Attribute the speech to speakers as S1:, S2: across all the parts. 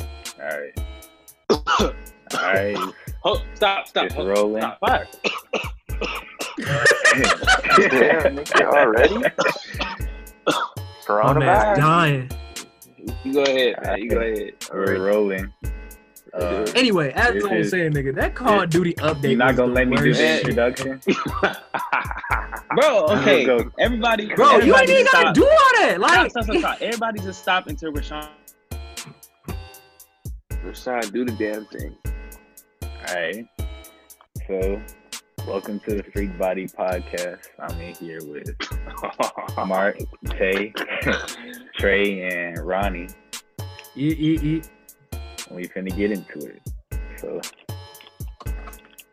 S1: All right. All right.
S2: Oh, stop, stop.
S1: It's
S2: hold-
S1: rolling.
S2: Stop. Fire.
S3: Damn, nigga, already?
S4: My man's
S3: Coronavirus.
S4: dying.
S2: You go ahead, man. You go ahead.
S1: We're rolling. Uh,
S4: Anyway, as
S1: It
S4: I was
S1: is-
S4: saying, nigga, that Call of Duty update.
S1: you're not
S4: was
S1: gonna
S4: the
S1: let me do
S4: worst
S1: the
S4: shit.
S1: introduction?
S2: Bro, okay.
S1: Go.
S2: Everybody.
S4: Bro, you ain't
S2: everybody
S4: even gotta
S2: stop.
S4: do all that.
S2: Stop,
S4: Like,
S2: stop, stop, stop. Everybody just stop until Rashawn. Rashawn, do the damn thing.
S1: All right. So, welcome to the Freak Body Podcast. I'm in here with Mark, Tay, Trey, and Ronnie.
S4: e- e- e-
S1: and we finna get into it. So,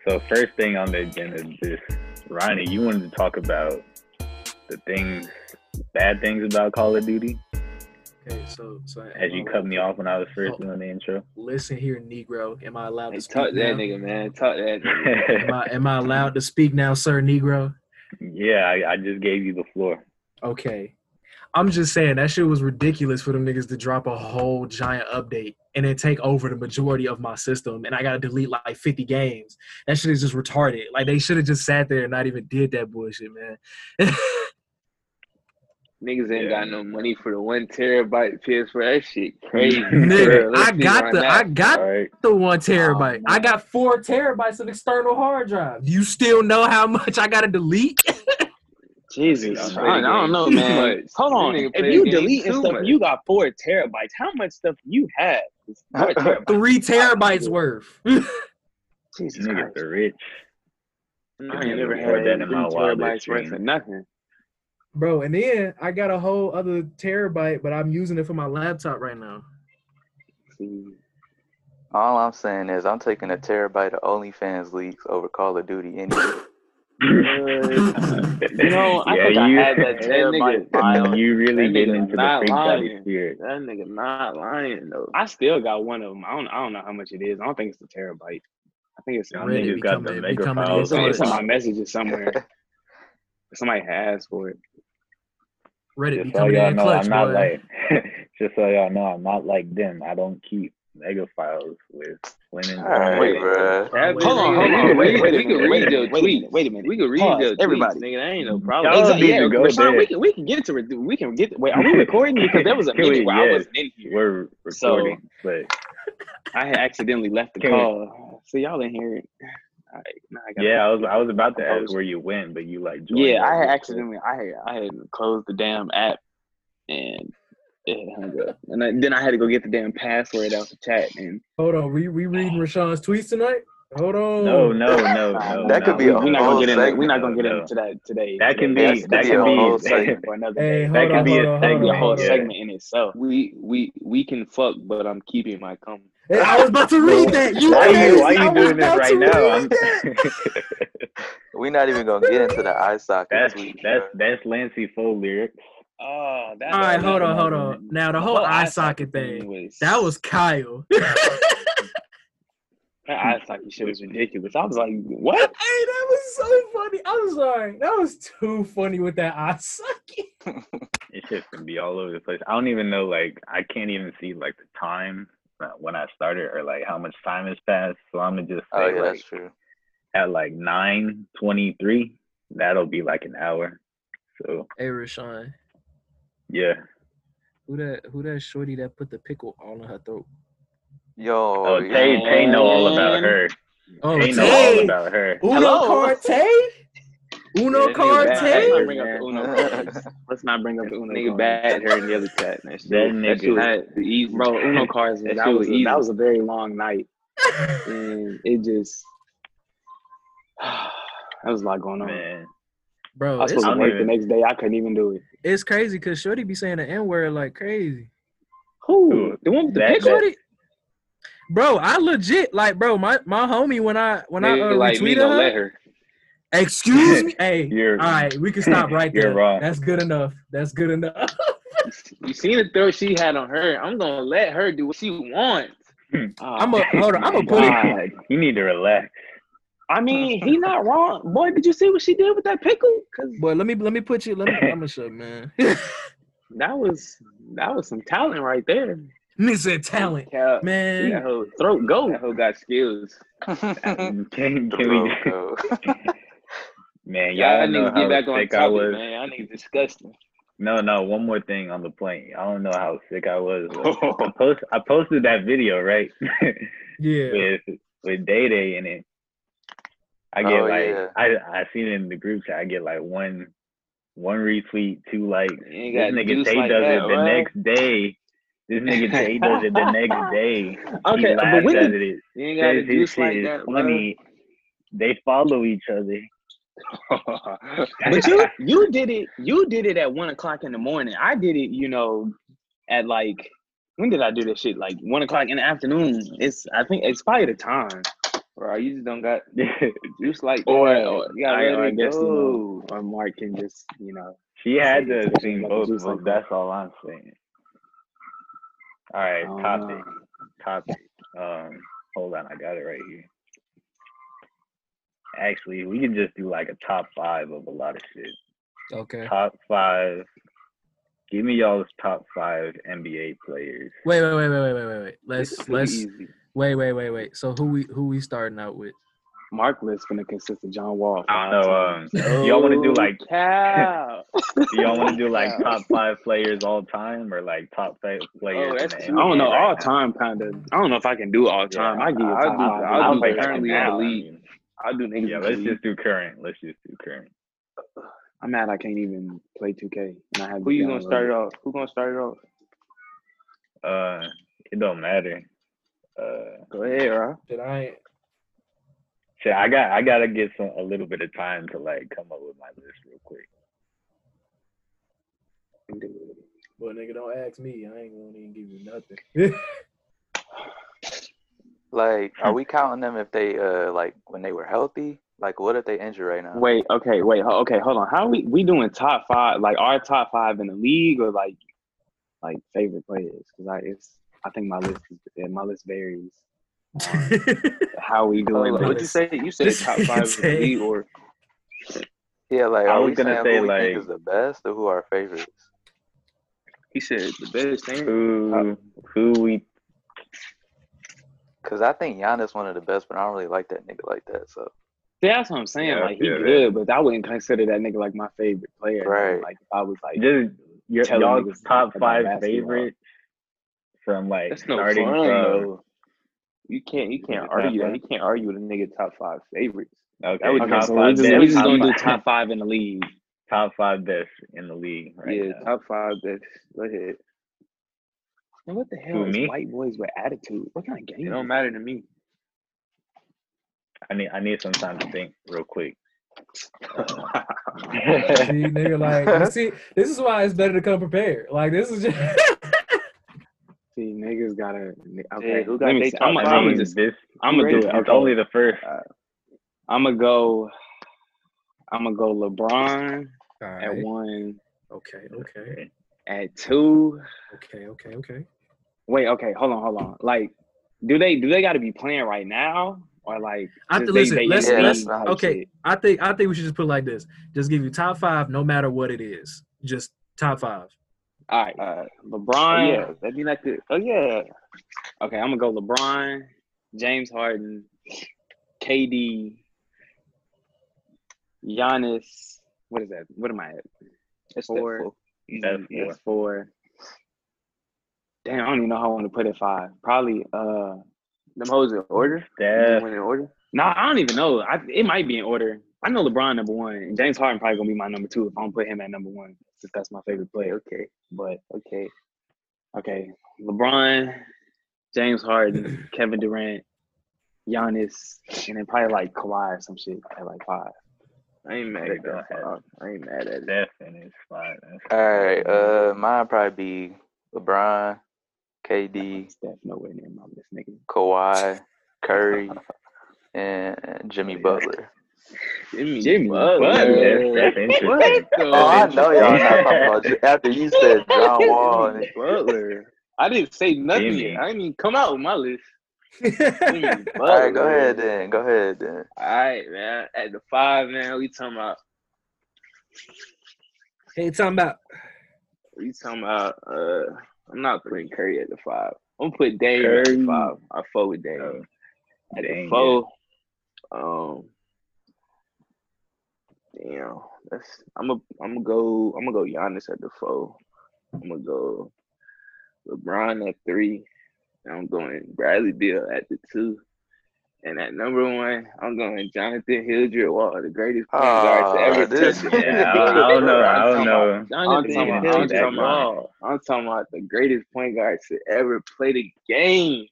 S1: so first thing on the agenda is this, Ronnie, you wanted to talk about the things, bad things about Call of Duty,
S4: Okay, so so uh,
S1: as you cut me off when I was first doing the intro.
S4: Listen here, Negro. Am I allowed
S2: Hey,
S4: to speak
S2: talk that
S4: now?
S2: nigga, man. Talk that. Nigga.
S4: Am I, am I allowed to speak now, sir, Negro?
S1: yeah, I, I just gave you the floor.
S4: Okay. I'm just saying that shit was ridiculous for them niggas to drop a whole giant update and then take over the majority of my system and I gotta delete like 50 games. That shit is just retarded. Like they should have just sat there and not even did that bullshit, man.
S2: Niggas ain't
S1: Yeah.
S2: got no money for the one terabyte PS4. That shit crazy. bro.
S4: Nigga,
S2: Let's
S4: I
S2: be
S4: got
S2: right
S4: the
S2: now.
S4: I got
S1: All right, Oh,
S4: the one terabyte.
S2: man.
S4: I got four terabytes of external hard drive. You still know how much I gotta delete?
S2: Jesus,
S1: Nigga, I'm
S2: Sean, I
S1: ready
S2: don't
S1: to
S2: know,
S1: game.
S2: man.
S1: Too
S2: Hold on.
S3: That nigga
S2: If
S3: play
S2: you
S3: the game
S2: deleting
S3: too
S2: stuff,
S3: much.
S2: you got four terabytes. How much stuff you have? It's Four terabytes.
S4: Three terabytes worth.
S2: Jesus
S1: niggas
S2: Christ.
S1: are rich.
S2: I ain't
S1: nigga
S2: never had
S1: record that in
S2: three
S1: my wildest
S2: terabytes worth of
S1: dreams.
S2: nothing.
S4: Bro, and then I got a whole other terabyte, but I'm using it for my laptop right now.
S2: See,
S3: All I'm saying is I'm taking a terabyte of OnlyFans leaks over Call of Duty anyway.
S2: You know, I think I had that terabyte file.
S1: You really
S2: That
S1: getting
S2: nigga
S1: into the
S2: not
S1: freak body
S2: lying.
S1: spirit.
S2: that nigga not lying though.
S5: I still got one of them. I don't. I don't know how much it is. I don't think it's a terabyte. I think it's.
S1: Y'all
S4: Ready,
S1: niggas got
S4: become
S1: the
S4: a-
S1: mega
S4: become a
S1: files.
S5: It's, on- it's on
S1: on
S5: my messages somewhere. Somebody had asked for it.
S4: Reddit
S1: Just so
S4: becoming
S1: y'all
S4: that
S1: know,
S4: clutch,
S1: I'm not
S4: boy.
S1: like. just so y'all know, I'm not like them. I don't keep mega files with women.
S3: All right,
S1: Wait,
S3: bruh.
S2: That
S4: Hold
S2: nigga-
S4: on, hold on,
S2: we-
S4: wait,
S2: we
S4: wait a
S2: can
S5: minute,
S2: read
S5: wait a
S2: your
S5: minute, wait a
S2: tweets.
S5: minute, wait a minute.
S2: We can read
S5: Pause,
S2: your tweets,
S5: everybody.
S2: nigga. That ain't no
S1: Y'all
S2: problem.
S1: Exa-
S5: Exactly.
S1: need
S5: Yeah,
S1: to go
S5: Rashawn, we
S1: there.
S5: can we can get to it. We can get. Wait, are we recording? Because there was a
S1: Can we-
S5: minute where I
S1: yes.
S5: wasn't in here.
S1: We're
S5: So-
S1: recording, but
S5: I had accidentally left the
S1: Can we-
S5: call. So y'all didn't hear it. All right, now I gotta-
S1: yeah, I was I was about to ask
S5: Post.
S1: where you went, but you like joined
S5: Yeah, I
S1: us.
S5: had accidentally. I had I had closed the damn app, and it hung up. And I, then I had to go get the damn password out the chat. And
S4: Hold on, we we reading Rashawn's tweets tonight? Hold on.
S1: No, no, no, no.
S3: That could
S1: no.
S3: be a
S5: we're not gonna
S3: whole
S5: get into. We're
S3: segment,
S5: not gonna get
S1: no.
S5: into that today.
S1: That can
S5: Today.
S1: be
S3: That could
S1: that
S3: be a
S1: can
S3: whole
S1: be
S3: segment.
S5: for another
S4: Hey,
S5: day.
S4: hold
S1: that
S4: on,
S1: can be
S4: hold
S1: a
S4: on, hold
S5: That'd be a
S4: on,
S5: whole
S1: segment.
S4: hold on.
S1: yeah.
S5: segment in itself.
S2: We we we can fuck, but I'm keeping my cum.
S4: Hey, I was about to read that. You
S1: Why you
S4: crazy.
S1: why
S4: I
S1: you
S4: was
S1: doing this
S4: about
S1: right
S4: to
S1: now?
S4: read
S1: I'm-
S4: that.
S3: We're not even gonna get into the eye socket
S1: That's
S3: tweet.
S1: that's
S3: bruh.
S1: that's Lancey Foe lyrics.
S5: Oh, that's
S4: All right, hold on, hold on. Now the whole eye socket thing.
S5: was
S4: That was Kyle. hey,
S5: that eye socket shit was ridiculous. I was like, what?
S4: that was so funny. I'm sorry. That was too funny with that eye socket.
S1: It just can be all over the place. I don't even know, like, I can't even see, like, the time uh, when I started or, like, how much time has passed. So I'm going to just
S3: Oh
S1: say,
S3: yeah,
S1: like,
S3: that's true.
S1: at, like, 9.23, that'll be, like, an hour. So,
S4: Hey, Rashawn,
S1: yeah.
S4: who that who that shorty that put the pickle on her throat?
S3: Yo,
S1: Oh,
S3: yeah.
S1: Tay, Tay know all about
S5: man.
S1: her.
S4: Oh,
S1: Tay know all
S4: Tay.
S1: about her.
S4: Uno
S5: Hello?
S4: Carte. Uno
S2: Yeah,
S5: Let's not
S4: Carte.
S5: bring up the Uno cards. Let's not bring up the Uno
S2: Nigga
S5: cards.
S2: bad her in the other chat. and That shit,
S1: That
S2: that shit
S1: nigga.
S2: was not easy.
S5: Bro, Uno cards,
S2: That
S5: that,
S2: shit
S5: was
S2: was easy.
S5: a, that was a very long night. And it just, that was a lot going on.
S1: Man.
S5: I
S4: Bro,
S5: was
S4: it's,
S5: supposed to
S1: I'm
S5: work
S1: even-
S5: the next day. I couldn't even do it.
S4: it's crazy because Shorty be saying the N word like crazy.
S5: Who? The one with the
S1: That-
S5: pickle?
S4: Shorty, bro, I legit like, bro, my, my homie when I when I uh,
S2: Nigga like me
S4: retweeted
S2: don't
S4: her.
S2: let her.
S4: Excuse me. Hey,
S1: You're-
S4: all right, we can stop right
S1: You're
S4: there.
S1: wrong.
S4: That's good enough. That's good enough.
S2: You seen the throw she had on her? I'm gonna let her do what she wants.
S5: Ah,
S4: I'm a hold on. I'm a put it.
S5: God.
S1: You need to relax.
S5: I mean, he not wrong. Boy, did you see what she did with that pickle? Because
S4: Boy, let me let me put you. Let me. I'm gonna shut man.
S5: that was that was some talent right there.
S4: Nigga said talent.
S2: Cal-
S4: Man,
S2: That whole throat go.
S5: That hoe got skills.
S1: Can, can
S3: Bro,
S1: we,
S3: bro.
S1: man,
S2: Y'all
S1: y'all know
S2: niggas
S1: how
S2: get back on
S1: sick
S2: topic,
S1: I was.
S2: man. Y'all niggas disgusting.
S1: No, no. One more thing on the plane. I don't know how sick I was. I, post, I posted that video right
S4: yeah.
S1: with with Day Day in it. I get
S3: Oh,
S1: like
S3: yeah.
S1: I I seen it in the group chat. I get like one one retweet, two likes.
S2: You ain't
S1: This
S2: got
S1: nigga
S2: juice
S1: Tay
S2: like
S1: does
S2: that,
S1: it the
S2: bro.
S1: next day. This nigga Tay does it the next day.
S2: Okay,
S1: he
S2: but
S1: laughs
S2: when
S1: at
S2: did-
S1: it.
S2: You ain't got
S1: Says his
S2: to juice
S1: shit
S2: like
S1: is
S2: that, bro.
S1: funny. They follow each other.
S2: But you you did it. You did it at one o'clock in the morning. I did it. You know, at like when did I do this shit? Like one o'clock in the afternoon. It's I think it's probably the time.
S5: Bro, you just don't got
S2: Juice like
S5: Or-
S2: that.
S5: or-
S2: you gotta
S5: I-
S2: let
S5: or I
S2: it
S5: guess, you know,
S2: go. Or Mark can just you know.
S1: she had
S2: Yeah,
S1: to
S2: it's
S1: sing
S2: like
S1: both
S2: juice
S1: of them.
S2: like that.
S1: That's all I'm saying. All right, topic, topic. Um, hold on, I got it right here. Actually, we can just do like a top five of a lot of shit.
S4: Okay.
S1: Top five. Give me y'all's top five NBA players.
S4: Wait, wait, wait, wait, wait, wait, wait, wait.
S5: This is
S4: Let's
S5: too
S4: let's
S5: easy.
S4: wait, wait, wait, wait. So who we who we starting out with?
S5: Mark list gonna consist of John Wall.
S1: I don't know. Um, y'all want to do like
S5: cow.
S1: Do y'all want to do like top five players all time or like top five players?
S2: Oh, that's
S1: in the
S2: I
S5: I
S1: NBA
S5: don't know.
S1: right
S5: All
S1: now?
S5: time, kind of. I don't know if I can do all time. I give you
S2: I'll
S5: top
S2: do-
S5: five.
S2: I'll
S5: I'll
S2: do
S5: do
S2: like
S5: currently
S2: that
S5: in the
S2: now.
S5: league. I'll do niggas.
S1: Yeah,
S5: in
S1: let's
S5: the league.
S1: just do current. Let's just do current.
S5: I'm mad. I can't even play 2K. And I have
S2: Who you gonna start it off? Who gonna start it off?
S1: Uh, it don't matter. Uh,
S5: Go ahead, bro.
S4: Did I?
S1: shit, I got I gotta get some a little bit of time to like come up with my list real quick.
S4: Well, nigga, don't ask me. I ain't gonna even give you nothing.
S3: like, are we counting them if they uh like when they were healthy? Like, what if they injured right now?
S5: Wait. Okay. Wait. ho- Okay. Hold on. How we we doing top five? Like our top five in the league, or like like favorite players? Because I it's I think my list is yeah, my list varies. on how we doing?
S4: Hold on.
S5: but
S2: What'd you say? You said top five in the league or
S3: Yeah, like,
S1: I
S3: are
S1: was
S3: we
S1: gonna
S3: saying
S1: say,
S3: who we
S1: like-
S3: think is the best or who our favorites?
S2: he said the best thing.
S1: Who who we?
S3: Because I think Giannis one of the best, but I don't really like that nigga like that. So
S5: See, that's what I'm saying.
S1: Yeah,
S5: like he
S1: yeah,
S5: good, but I wouldn't consider that nigga like my favorite player.
S3: Right.
S5: Like if I was like,
S1: Just your,
S5: Tell
S1: y'all's
S5: niggas
S1: top
S5: about
S1: five
S5: basketball.
S1: favorites from like
S2: That's no
S1: starting
S2: fun,
S1: from.
S2: though. You can't. You can't
S1: Top
S2: argue that.
S1: five?
S2: You can't argue with a nigga top five favorites.
S1: Okay,
S2: That would-
S5: okay,
S1: top
S5: so
S1: five
S5: we just,
S1: best-
S5: we just
S1: top
S5: gonna do
S1: five-
S5: top five in the league.
S1: top five best in the league right
S2: yeah,
S1: now.
S2: top five. That's go ahead.
S5: And what the
S1: Who,
S5: hell is
S1: me?
S5: white boys with attitude? What kind of game?
S2: It
S5: is
S2: don't matter to me.
S1: I need I need some time to think real quick.
S4: See, nigga, like you see, this is why it's better to come prepared. Like this is just
S5: that? See, niggas gotta. ni- Okay,
S2: Yeah, who got they
S5: I'm
S2: top
S1: I
S2: I'ma
S1: mean,
S5: gonna
S2: just-
S1: this
S5: I'm gonna
S1: it's
S5: do it. Okay.
S1: only the first.
S5: I'm gonna go. I'm gonna go LeBron at
S4: Alright.
S5: one,
S4: okay, okay,
S5: at two.
S4: okay, okay, okay.
S5: Wait, okay, hold on, hold on. Like, do they do they got to be playing right now or like?
S4: I
S5: just
S4: th- listen, let's-
S5: in
S3: let's-
S5: league type
S4: okay.
S5: shit?
S4: I think I think we should just put it like this: just give you top five, no matter what it is, just top five.
S5: All right,
S2: Uh,
S5: LeBron.
S2: yeah, that'd be like the. Oh yeah,
S5: Okay, I'm gonna go LeBron, James Harden, KD, Giannis. What is that? What am I at?
S2: that's
S5: Four.
S2: four.
S1: That's
S5: Yeah,
S1: four.
S5: four. Damn, I don't even know how I want to put it. Five, probably. Uh,
S2: Them hoes in order. Yeah.
S1: Steph,
S2: Went in order.
S5: no, I don't even know. I, it might be in order. I know LeBron number one, and James Harden probably gonna be my number two if I don't put him at number one, since that's my favorite player.
S2: Okay.
S5: But
S2: Okay.
S5: okay, LeBron, James Harden, Kevin Durant, Giannis, and then probably like Kawhi or some shit at like five. uh,
S2: I ain't mad
S1: They
S2: at that.
S1: don't
S2: fuck. I ain't mad at it.
S1: Steph, and it's fine.
S3: all right, uh, mine probably be LeBron, KD,
S5: Steph nowhere near my list, nigga.
S3: Kawhi, Curry, and Jimmy Butler.
S2: Jimmy,
S5: Jimmy
S1: That's,
S2: Butler.
S5: Butler.
S1: that's, that's interesting.
S2: What? the-
S3: Oh, I know y'all not talking about J- after you said John Wall. And
S2: Jimmy Butler. I didn't say nothing
S1: Jimmy.
S2: yet. I didn't even come out with my list. Jimmy Butler.
S3: all right, go ahead then. Go ahead then.
S2: All right, man. At the five, man, we talking about
S4: Hey, talking about
S2: we talking about uh I'm not putting Curry at the five.
S5: I'm gonna put Dame at
S1: Curry.
S5: five. I fuck with Dame.
S1: Oh,
S5: at
S1: Dame,
S5: the four. Um, damn, that's I'm a I'm gonna go I'm gonna go Giannis at the four. I'm gonna go LeBron at three. And I'm going Bradley Beal at the two. And at number one, I'm going Jonathan Hildred Wall, the greatest point guard to
S3: Ah,
S5: ever
S3: this-
S5: touch. it.
S1: Yeah, I, I don't know. I don't
S5: I'm
S1: know.
S5: I'm talking
S2: Jonathan
S5: about-
S1: I'm
S2: Hildreth
S1: talking about-
S2: Wall.
S5: I'm talking about the greatest point guard to ever play the game.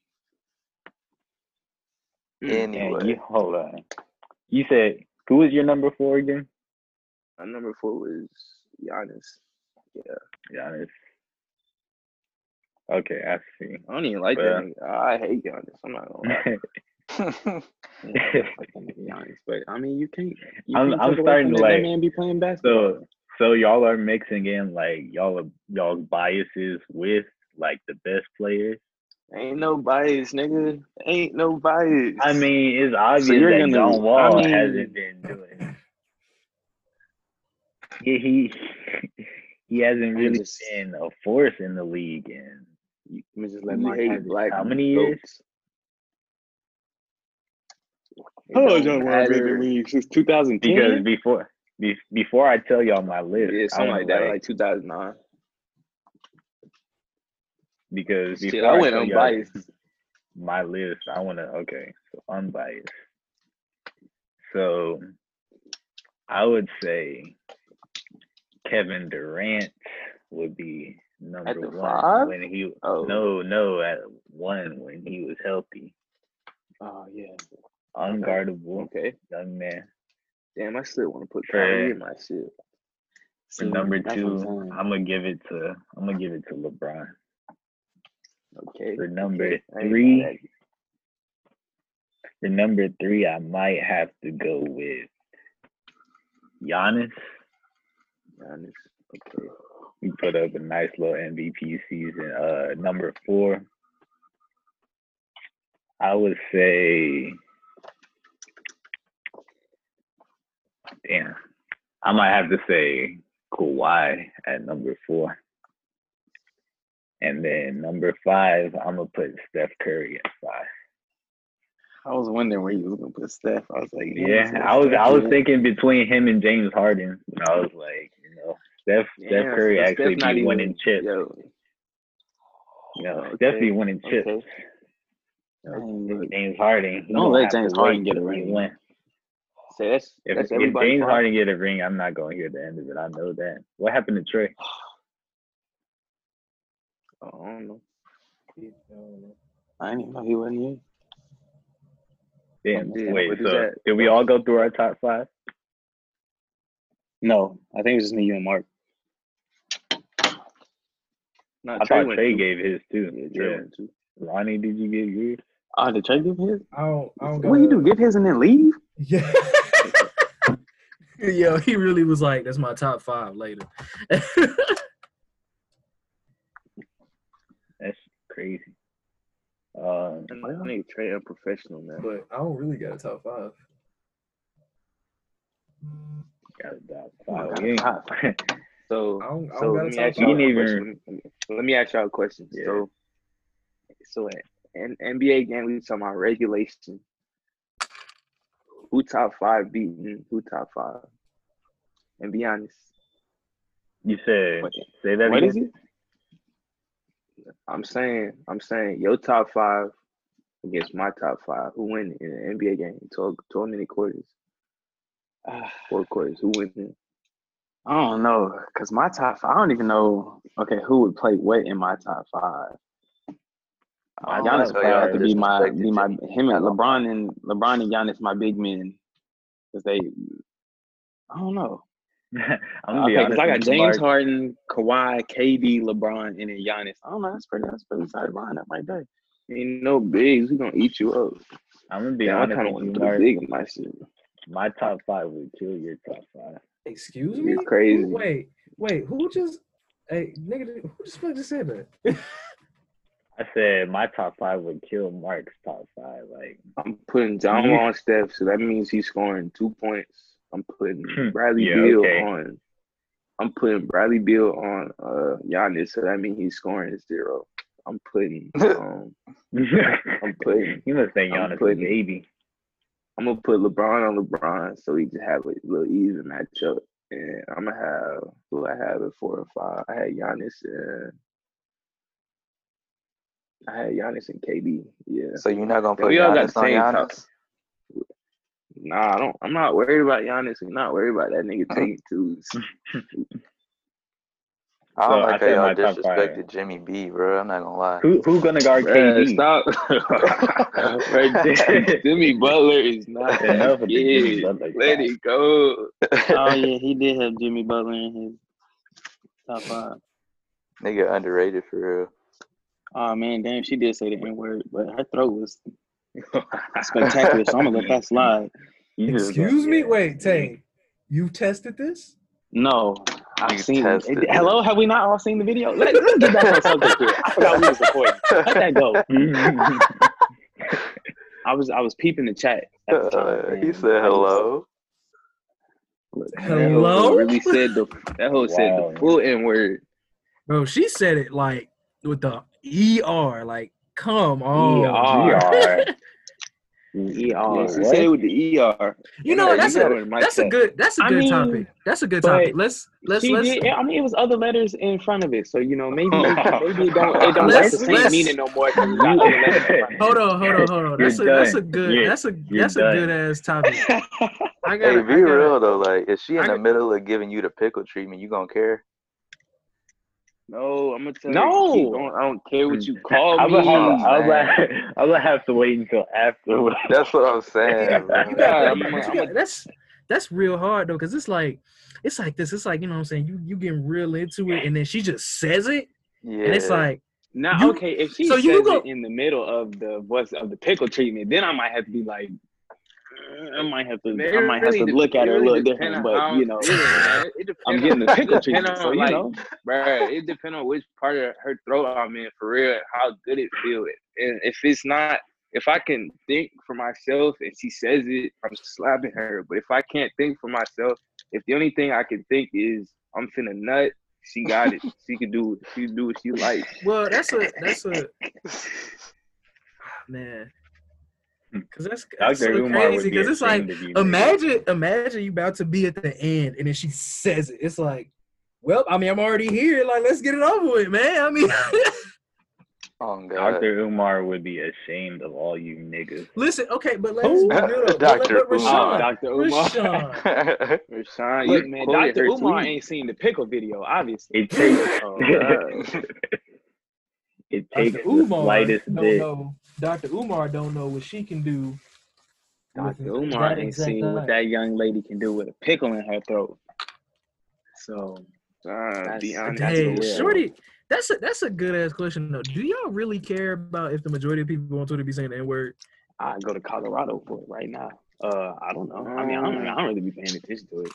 S1: Yeah,
S3: Anyway,
S1: you hold on. You said who was your number four again?
S5: My number four was Giannis.
S1: Giannis. Okay, I see.
S5: I don't even like
S1: Yeah.
S5: that nigga. I hate Giannis. I'm not gonna lie. Yeah, I fucking hate Giannis, but I mean, you can't. You
S1: I'm-
S5: can't
S1: I'm
S5: take away
S1: starting
S5: from
S1: to
S5: that
S1: like-
S5: That man be playing basketball.
S1: so so y'all are mixing in like y'all y'all's biases with like the best players.
S5: Ain't no bias, nigga. Ain't no bias.
S1: I mean, it's obvious
S5: you're
S1: that
S5: gonna-
S1: John Wall
S5: I mean-
S1: hasn't been doing. He he, he hasn't
S5: I'm
S1: really
S5: just-
S1: been a force in the league in
S5: You- let me just let
S1: You
S5: Mike
S1: hate
S5: have it. black.
S1: how many years?
S5: Oh,
S1: don't
S5: John Wall been in the
S1: matter.
S5: league since 2010.
S1: because before be, before I tell y'all my list,
S5: yeah,
S1: I
S5: something
S1: wanna,
S5: like that, like 2009.
S1: because before
S5: Shit, I went
S1: tell y'all
S5: unbiased.
S1: my list, I want to okay, so unbiased. So I would say Kevin Durant would be number
S5: the
S1: one
S5: five?
S1: when he
S5: Oh.
S1: no no at one when he was healthy,
S5: Oh yeah.
S1: unguardable
S5: Okay.
S1: young man.
S5: Damn, I still want to put
S1: Fair.
S5: Kyrie in my shit.
S1: For
S5: See,
S1: number
S5: that's what I'm
S1: two,
S5: saying.
S1: I'm gonna give it to I'm gonna give it to LeBron.
S5: Okay.
S1: For number
S5: okay. I ain't
S1: three,
S5: mad at you.
S1: For number three, I might have to go with Giannis.
S5: Giannis. Okay.
S1: He put up a nice little MVP season. Uh, number four, I would say, damn, I might have to say Kawhi at number four. And then number five, I'm gonna put Steph Curry at five.
S5: I was wondering where you was gonna put Steph. I was like,
S1: Yeah, I was I was thinking between him and James Harden. And I was like, you know, Steph Steph
S5: Damn,
S1: Curry
S5: so Steph
S1: actually
S5: not
S1: be
S5: even-
S1: winning chips.
S5: Yo,
S1: You know,
S5: okay,
S1: Steph be winning chips.
S5: okay.
S1: Yeah.
S5: Dang,
S1: And
S5: look,
S1: James Harden. he
S5: Don't
S1: gonna
S5: let
S1: have to
S5: James
S1: wait
S5: Harden get a
S1: till he
S5: ring.
S1: win.
S5: So that's
S1: If,
S5: that's
S1: if
S5: everybody.
S1: James Harden get a ring, I'm not gonna hear the end of it. I know that. What happened to Trey?
S5: I don't know. I didn't even know he wasn't here.
S1: Damn,
S5: Damn,
S1: wait.
S5: what is
S1: So
S5: that?
S1: did we all go through our top five?
S5: No, I think it was just me, you, and Mark. No,
S1: I thought Trey gave his
S5: Yeah,
S1: too.
S5: Trey
S1: Yeah.
S5: went too.
S1: Ronnie, did you get yours?
S5: Oh, did Trey give his?
S4: I don't. I don't.
S5: What do you do?
S4: gotta-
S5: Give his and then leave?
S4: Yeah. Yo, he really was like, "That's my top five later."
S1: That's crazy. Um,
S5: I think Trey unprofessional, man.
S4: but I don't really got a top five.
S1: got a top
S5: Oh,
S1: five.
S5: got a
S1: We ain't-
S5: top So,
S4: I don't- I
S5: so
S4: don't
S5: let
S4: gotta
S5: me
S4: talk
S5: ask y'all
S1: about
S5: a
S1: it.
S5: question. Let me, let me ask y'all a question.
S1: Yeah.
S5: So, so an NBA game, we talking about regulation. Who top five beaten? Who top five? And be honest.
S1: You said
S5: What-
S1: say that
S5: what
S1: again.
S5: is it? I'm saying, I'm saying your top five against my top five. Who win in an NBA game? 12, 12 minute quarters, four quarters. Who wins? it?
S2: I don't know, cause my top. Five, I don't even know. Okay, who would play what in my top five?
S3: I don't wanna
S2: Giannis
S1: tell
S3: go
S2: probably
S1: y'all
S2: have to be my
S3: disrespected
S2: be my
S3: Jimmy.
S2: him and LeBron and LeBron and Giannis my big men, cause they. I don't know.
S1: I'm gonna be
S2: okay,
S1: honest.
S2: cause I got
S1: with you,
S2: James
S1: Mark.
S2: Harden, Kawhi, KD, LeBron, and then Giannis. I don't know. That's pretty. That's pretty solid lineup right there.
S5: Ain't no bigs. We gonna eat you up.
S1: I'm gonna be
S5: Yeah, I kind of
S1: honest with
S5: want to
S1: you,
S5: put a
S1: Mark.
S5: big in my shit.
S1: My top five would kill your top five.
S4: Excuse
S5: You're
S4: me.
S5: crazy.
S4: Wait, wait. Who just? Hey, nigga, who just fucking said that?
S1: I said my top five would kill Mark's top five. Like
S5: I'm putting John
S1: You-
S5: Wall on Steph, so that means he's scoring two points. I'm putting
S1: Hmm.
S5: Bradley
S1: Yeah,
S5: Beal
S1: okay.
S5: on. I'm putting Bradley Beal on uh Giannis, so that means he's scoring zero. I'm putting. Um, I'm putting.
S1: you must think
S5: I'm
S1: Giannis is
S5: putting-
S1: baby.
S5: I'm gonna put LeBron on LeBron, so we just have a little easy matchup. And I'm gonna have who I have at four and five. I had Giannis and I had Giannis and KD. Yeah.
S3: So you're not gonna
S5: Yeah,
S3: put
S5: we all got
S3: Giannis on
S5: the same top-
S3: Giannis?
S5: Nah, I don't. I'm not worried about Giannis. I'm not worried about that nigga taking twos.
S3: I
S1: So, I
S3: don't like how
S1: said my
S3: y'all
S1: top five.
S3: disrespected Jimmy B, bro. I'm not gonna lie.
S1: Who who's gonna guard
S5: Bruh,
S1: KD?
S5: stop. Bruh, Jimmy Butler is not
S1: Enough
S5: that
S1: of the Jimmy
S5: kid.
S1: Butler
S5: Let
S1: crap.
S5: it go.
S2: oh yeah, he did have Jimmy Butler in his top five.
S3: Nigga underrated for real.
S2: Oh man, damn, she did say the N word, but her throat was spectacular. so I'm gonna let that slide.
S1: You just gonna
S4: Excuse me?
S1: get-
S4: Wait, Tay, you tested this?
S2: No, I've
S3: You
S2: seen.
S3: tested
S2: it- Hello, have we not all seen the video? Let, let's get back on subject here. I forgot we was recording. Let that go. I was I was peeping the chat. At the time,
S3: Uh, he
S2: and
S3: said
S2: I just-
S3: hello.
S5: That hoe
S4: Hello?
S5: really said the that hoe said
S1: Wow.
S5: the full N word.
S4: Bro, she said it like with the ER, like, come on.
S1: We
S5: ER.
S1: are.
S5: Yeah,
S1: Oh,
S5: she
S1: what?
S5: said it with
S2: E
S5: the ER.
S4: You know,
S5: Hey,
S4: that's
S5: got
S4: a
S5: it in my
S4: that's a
S5: chat.
S4: good that's a
S2: I
S4: good
S2: mean,
S4: topic. That's a good
S2: but
S4: topic. Let's let's
S2: she
S4: let's
S2: did. I mean, it was other letters in front of it, so you know maybe maybe it don't it don't
S4: Let's-
S2: got the same
S4: let's-
S2: meaning no more because you got other letters in front of
S4: hold on, hold on, hold on.
S1: You're
S4: That's a that's a
S1: done.
S4: good
S1: You're-
S4: that's a
S1: you're
S4: that's a
S1: done.
S4: good ass topic. I got
S3: Hey,
S4: to
S3: be real though. Like, is she in
S4: I
S3: the
S4: got-
S3: middle of giving you the pickle treatment? You gonna care?
S5: No, I'm gonna tell
S2: No.
S5: you. keep going. I don't care what you call
S1: I'm
S5: me.
S1: gonna have,
S3: mean,
S1: I'm
S3: man.
S1: gonna, I'm gonna have to wait until after.
S3: That's what I'm saying. bro.
S1: You
S5: got-
S4: Yeah,
S5: I'm
S4: but
S5: a-
S4: you
S5: I'm
S4: got-
S5: a-
S4: that's that's real hard though, cause it's like it's like this. It's like you know what I'm saying. You you getting real into it, and then she just says it,
S3: yeah.
S4: and it's like
S2: Now,
S4: You-
S2: okay, if she
S4: so
S2: says
S4: you go-
S2: it in the middle of the what's of the pickle treatment, then I might have to be like, "Uh, I might have to,
S5: They
S2: I might have to
S5: really
S2: look at her a
S5: really
S2: little
S5: depend
S2: different.
S5: on
S2: But
S5: how
S2: you know,
S5: I'm feeling, man. It depend
S2: I'm getting the
S5: on-
S2: pickle
S5: it depend
S2: treatment,
S5: on,
S2: so you
S5: like,
S2: know.
S5: bruh, it depends on which part of her throat I'm in for real, and how good it feels. And if it's not, if I can think for myself and she says it, I'm slapping her. But if I can't think for myself, if the only thing I can think is I'm finna nut, she got it. she can do it. She can do what she likes.
S4: well, that's a that's a man,
S1: Hmm.
S4: cause that's, that's
S1: Doctor
S4: so
S1: Umar
S4: crazy.
S1: would be
S4: Cause it's like
S1: ashamed of you. nigga.
S4: imagine imagine you about to be at the end, and then she says it. It's like, well, I mean, I'm already here. Like, let's get it over with, man. I mean,
S3: oh god.
S1: Doctor Umar would be ashamed of all you niggas.
S4: listen, okay, but let's be real. But- but
S3: Dr.
S4: Rashawn,
S2: Oh,
S3: Umar.
S2: Dr. Umar.
S4: Rashawn.
S5: Rashawn,
S2: Look,
S5: you
S2: man,
S5: quoted
S2: Dr.
S5: her
S2: Umar
S5: tweet.
S2: ain't seen the pickle video, obviously. uh,
S1: It takes,
S5: Oh, God.
S1: it takes
S4: Dr.
S1: the
S4: Umar
S1: slightest
S4: don't
S1: bit.
S4: know. Dr. Umar don't know what she can do. with
S2: Dr. Umar
S4: that
S2: ain't
S4: exact
S2: seen what
S4: eye.
S2: that young lady can do with a pickle in her throat. So
S5: Rashawn, be
S2: That's-
S5: honest.
S4: Hey,
S5: with
S2: real.
S4: shorty, that's a that's a good ass question though. Do y'all really care about if the majority of people on Twitter be saying the N word?
S2: I go to Colorado for it right now. Uh, I don't know. I mean, I don't, I don't really be paying attention to it.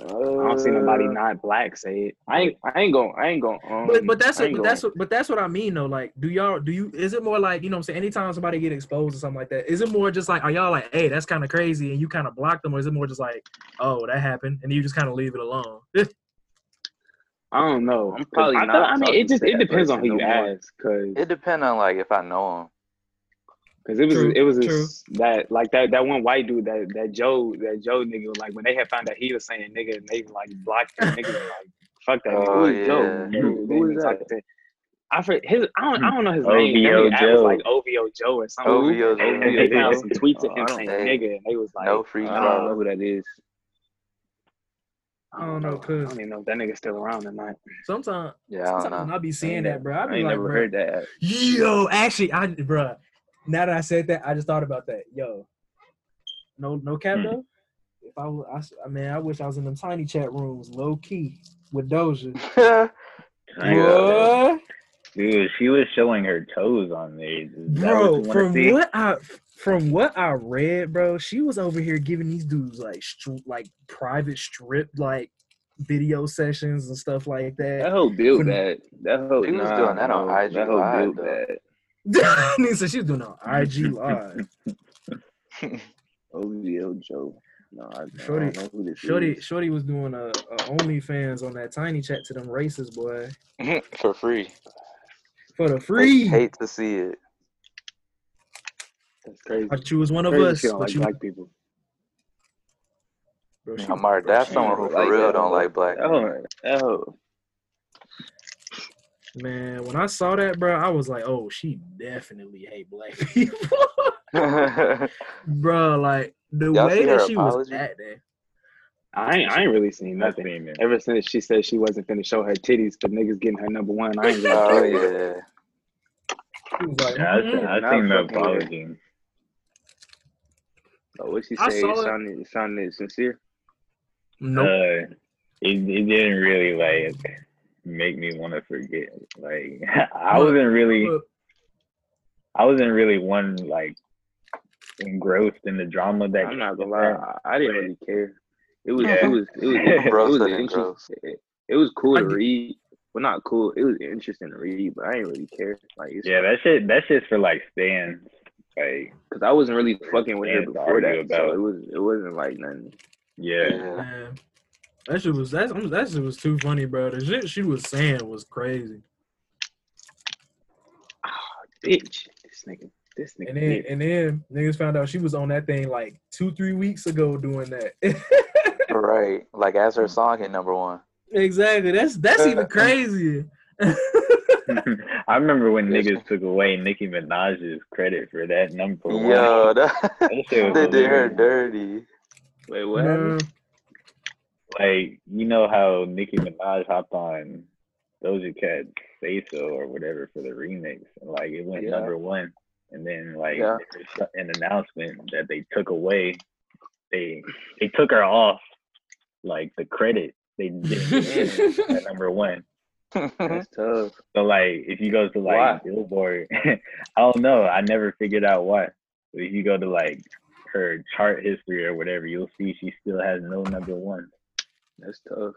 S2: I don't see nobody
S5: Uh,
S2: not black say it.
S5: I ain't, I ain't going. I ain't going. Um,
S4: But but that's
S5: I
S4: a,
S5: ain't
S4: but
S5: gonna-
S4: that's what but that's what I mean though. Like, do y'all do you is it more like you know what I'm saying? Anytime somebody get exposed or something like that, is it more just like are y'all like, hey, that's kind of crazy, and you kind of block them, or is it more just like, oh, that happened, and you just kind of leave it alone?
S2: I don't know.
S5: I'm probably
S2: I
S5: not
S2: thought- I mean,
S5: talking
S2: it just
S5: to
S2: it
S5: that
S2: depends on
S5: person
S2: who you
S5: no more.
S2: ask, cause
S3: It depends on like if I know him.
S2: Cause it was
S4: True,
S2: it was
S4: true.
S2: this, that like that that one white dude that that Joe that Joe nigga like when they had found out he was saying nigga and they like blocked him nigga like fuck that nigga
S3: Oh,
S2: who is Joe
S3: yeah.
S2: Who-
S5: Who-
S2: who
S5: who
S2: is
S5: is
S2: that? I for his I don't I don't know his
S1: OVO
S2: name that nigga ad was
S1: Joe.
S2: like OVO Joe or something
S3: OVO Joe.
S2: And they found some tweets
S5: Oh,
S2: of
S5: I
S2: him
S5: don't
S2: saying
S3: know.
S2: nigga and they was like
S3: No free
S5: I
S3: throw.
S5: don't know who that is.
S4: I don't know,
S2: I don't
S4: cause
S2: even know if that nigga's still around or not
S4: sometimes
S3: yeah, I don't
S4: sometimes
S3: know.
S4: when I be seeing
S5: ain't
S4: that, bro, I
S5: I
S4: be
S5: ain't
S4: like,
S5: never
S4: bro,
S5: heard that.
S4: Yo, actually, I, bruh, Now that I said that, I just thought about that. Yo, no, no cap
S1: Hmm.
S4: though. If I, wa- I, s- I mean, I wish I was in them tiny chat rooms, low key with Doja.
S3: Yeah.
S4: Boy,
S1: Dude, she was showing her toes on there. Is that
S4: bro,
S1: what you wanna
S4: from
S1: see?
S4: what I, from what I read, bro, she was over here giving these dudes like, str- like private strip like video sessions and stuff like
S5: That
S4: that.
S5: whole built
S4: When-
S5: that. That whole
S3: She was
S5: nah,
S3: doing that on
S5: bro.
S3: IG
S5: That whole
S3: Live,
S5: built
S3: though.
S5: that.
S4: Nigga said she was doing it on IG live.
S5: OVO Joe. No, I, I
S4: Shorty-
S5: don't know who this
S4: Shorty,
S5: is.
S4: Shorty was doing a, a OnlyFans on that tiny chat to them racist boy.
S3: For free.
S4: for the free.
S3: Hate to see it.
S5: That's crazy.
S4: Thought you was one of
S5: Crazy
S4: us,
S5: shit on,
S4: but
S5: like
S4: you,
S5: black people.
S4: bro, she-
S3: I'm already. That's someone who for real don't like black. people.
S2: Oh, oh.
S4: man. When I saw that, bro, I was like, oh, she definitely hate black people, bro. Like the
S3: Y'all
S4: way
S3: see her
S4: that she was
S3: apology?
S4: at that.
S5: I ain't, I ain't really seen
S1: I've
S5: nothing.
S1: seen it.
S5: Ever since she said she wasn't finna show her titties for niggas getting her number one, I ain't really
S3: oh
S5: feel it.
S3: yeah.
S4: She was like,
S1: Yeah, I've
S4: "Mm-mm."
S1: seen, I've
S5: Not
S1: seen the
S5: fucking weird.
S1: apology.
S5: So what she
S4: I
S5: said
S4: saw it.
S5: sounded, it sounded sincere.
S4: nope.
S1: Uh, it, it didn't really like make me want to forget. Like I
S4: Look,
S1: wasn't really,
S4: Look,
S1: I wasn't really one like engrossed in the drama that.
S5: I'm not gonna lie, I, I didn't really care. It was,
S1: Yeah.
S5: it was, it was, it
S3: Bro
S5: was,
S3: said gross.
S5: interesting. It, it was cool
S4: I
S5: to
S4: did-
S5: read. Well, not cool. It was interesting to read, but I didn't really care. Like, it's,
S1: Yeah, that shit. That shit's for like stands. Like
S5: because I wasn't really fucking with
S1: Yeah,
S5: her
S1: to
S5: before that,
S1: argue
S5: so
S1: about.
S5: it was, it wasn't like nothing.
S1: yeah,
S3: Yeah.
S4: man. That shit was that's, I'm- that shit was too funny, bro. The shit she was saying was crazy.
S5: Ah, bitch, this nigga, this nigga.
S4: And then
S5: bitch.
S4: and then niggas found out she was on that thing like two three weeks ago doing that.
S3: Right. Like as her song hit number one.
S4: exactly. That's that's even crazier.
S1: I remember when
S3: Yes.
S1: niggas took away Nicki Minaj's credit for that number one.
S3: Yo, that,
S1: That shit was
S3: Oh, they did her
S1: hilarious.
S3: dirty.
S5: Wait, what?
S4: Man,
S5: happened?
S1: like you know how Nicki Minaj hopped on Doja Cat's "Say So" or whatever for the remix, and like it went
S3: Yeah.
S1: number one, and then like
S3: Yeah.
S1: there was an announcement that they took away, they they took her off, like the credit they didn't give her at number one.
S5: That's tough.
S1: So like if you go to like
S5: Why?
S1: Billboard, I don't know, I never figured out why. But if you go to like her chart history or whatever, you'll see she still has no number one.
S5: That's tough.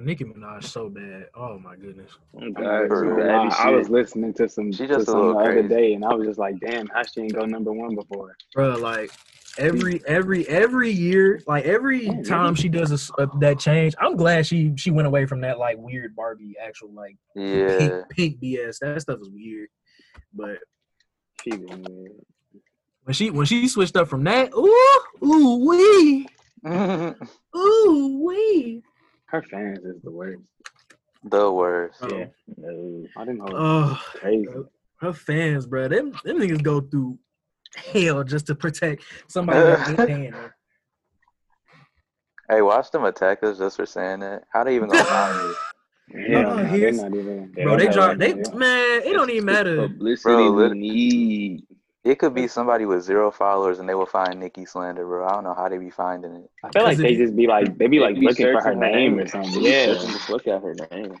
S4: Nicki Minaj so bad. Oh my goodness.
S5: Oh, God,
S3: bro,
S5: she-
S3: heavy
S5: I, I was
S3: shit.
S5: listening to some
S3: She
S5: to
S3: just a
S5: some the
S3: little
S5: other
S3: crazy.
S5: day, and I was just like, "Damn, how she ain't go number one before?"
S4: Bro, like every every every year, like every
S5: Yeah,
S4: time she does a s- uh that change, I'm glad she she went away from that like weird Barbie actual like
S3: Yeah.
S4: pink pink BS. That stuff was weird. But
S5: She been weird.
S4: when she when she switched up from that, ooh ooh wee
S3: the
S4: ooh wee.
S5: Her fans is the worst.
S3: worst.
S4: Oh.
S1: Yeah. No.
S5: I didn't know.
S4: Oh,
S5: crazy.
S4: her fans, bro. Them them niggas go through hell just to protect somebody that ain't paying them.
S3: Hey, watch them attack us just for saying that. How they even gonna find me?
S5: Hell
S4: no,
S5: no, they're
S4: here's-
S5: not even.
S1: Bro,
S4: Bro, they
S1: Yeah.
S4: drop. They
S5: Yeah.
S4: man, it don't even matter.
S5: Publicity
S3: Bro,
S5: we
S3: lit-
S5: need.
S3: It could be somebody with zero followers and they will find Nikki Slander, bro. I don't know how they be finding it.
S5: I feel like
S4: Cause
S5: they
S4: it-
S5: just be like they be like
S2: They be
S5: looking for her
S2: searching her
S5: name
S2: name.
S5: or something.
S2: They be
S5: Yeah,
S2: searching
S5: just look at her name.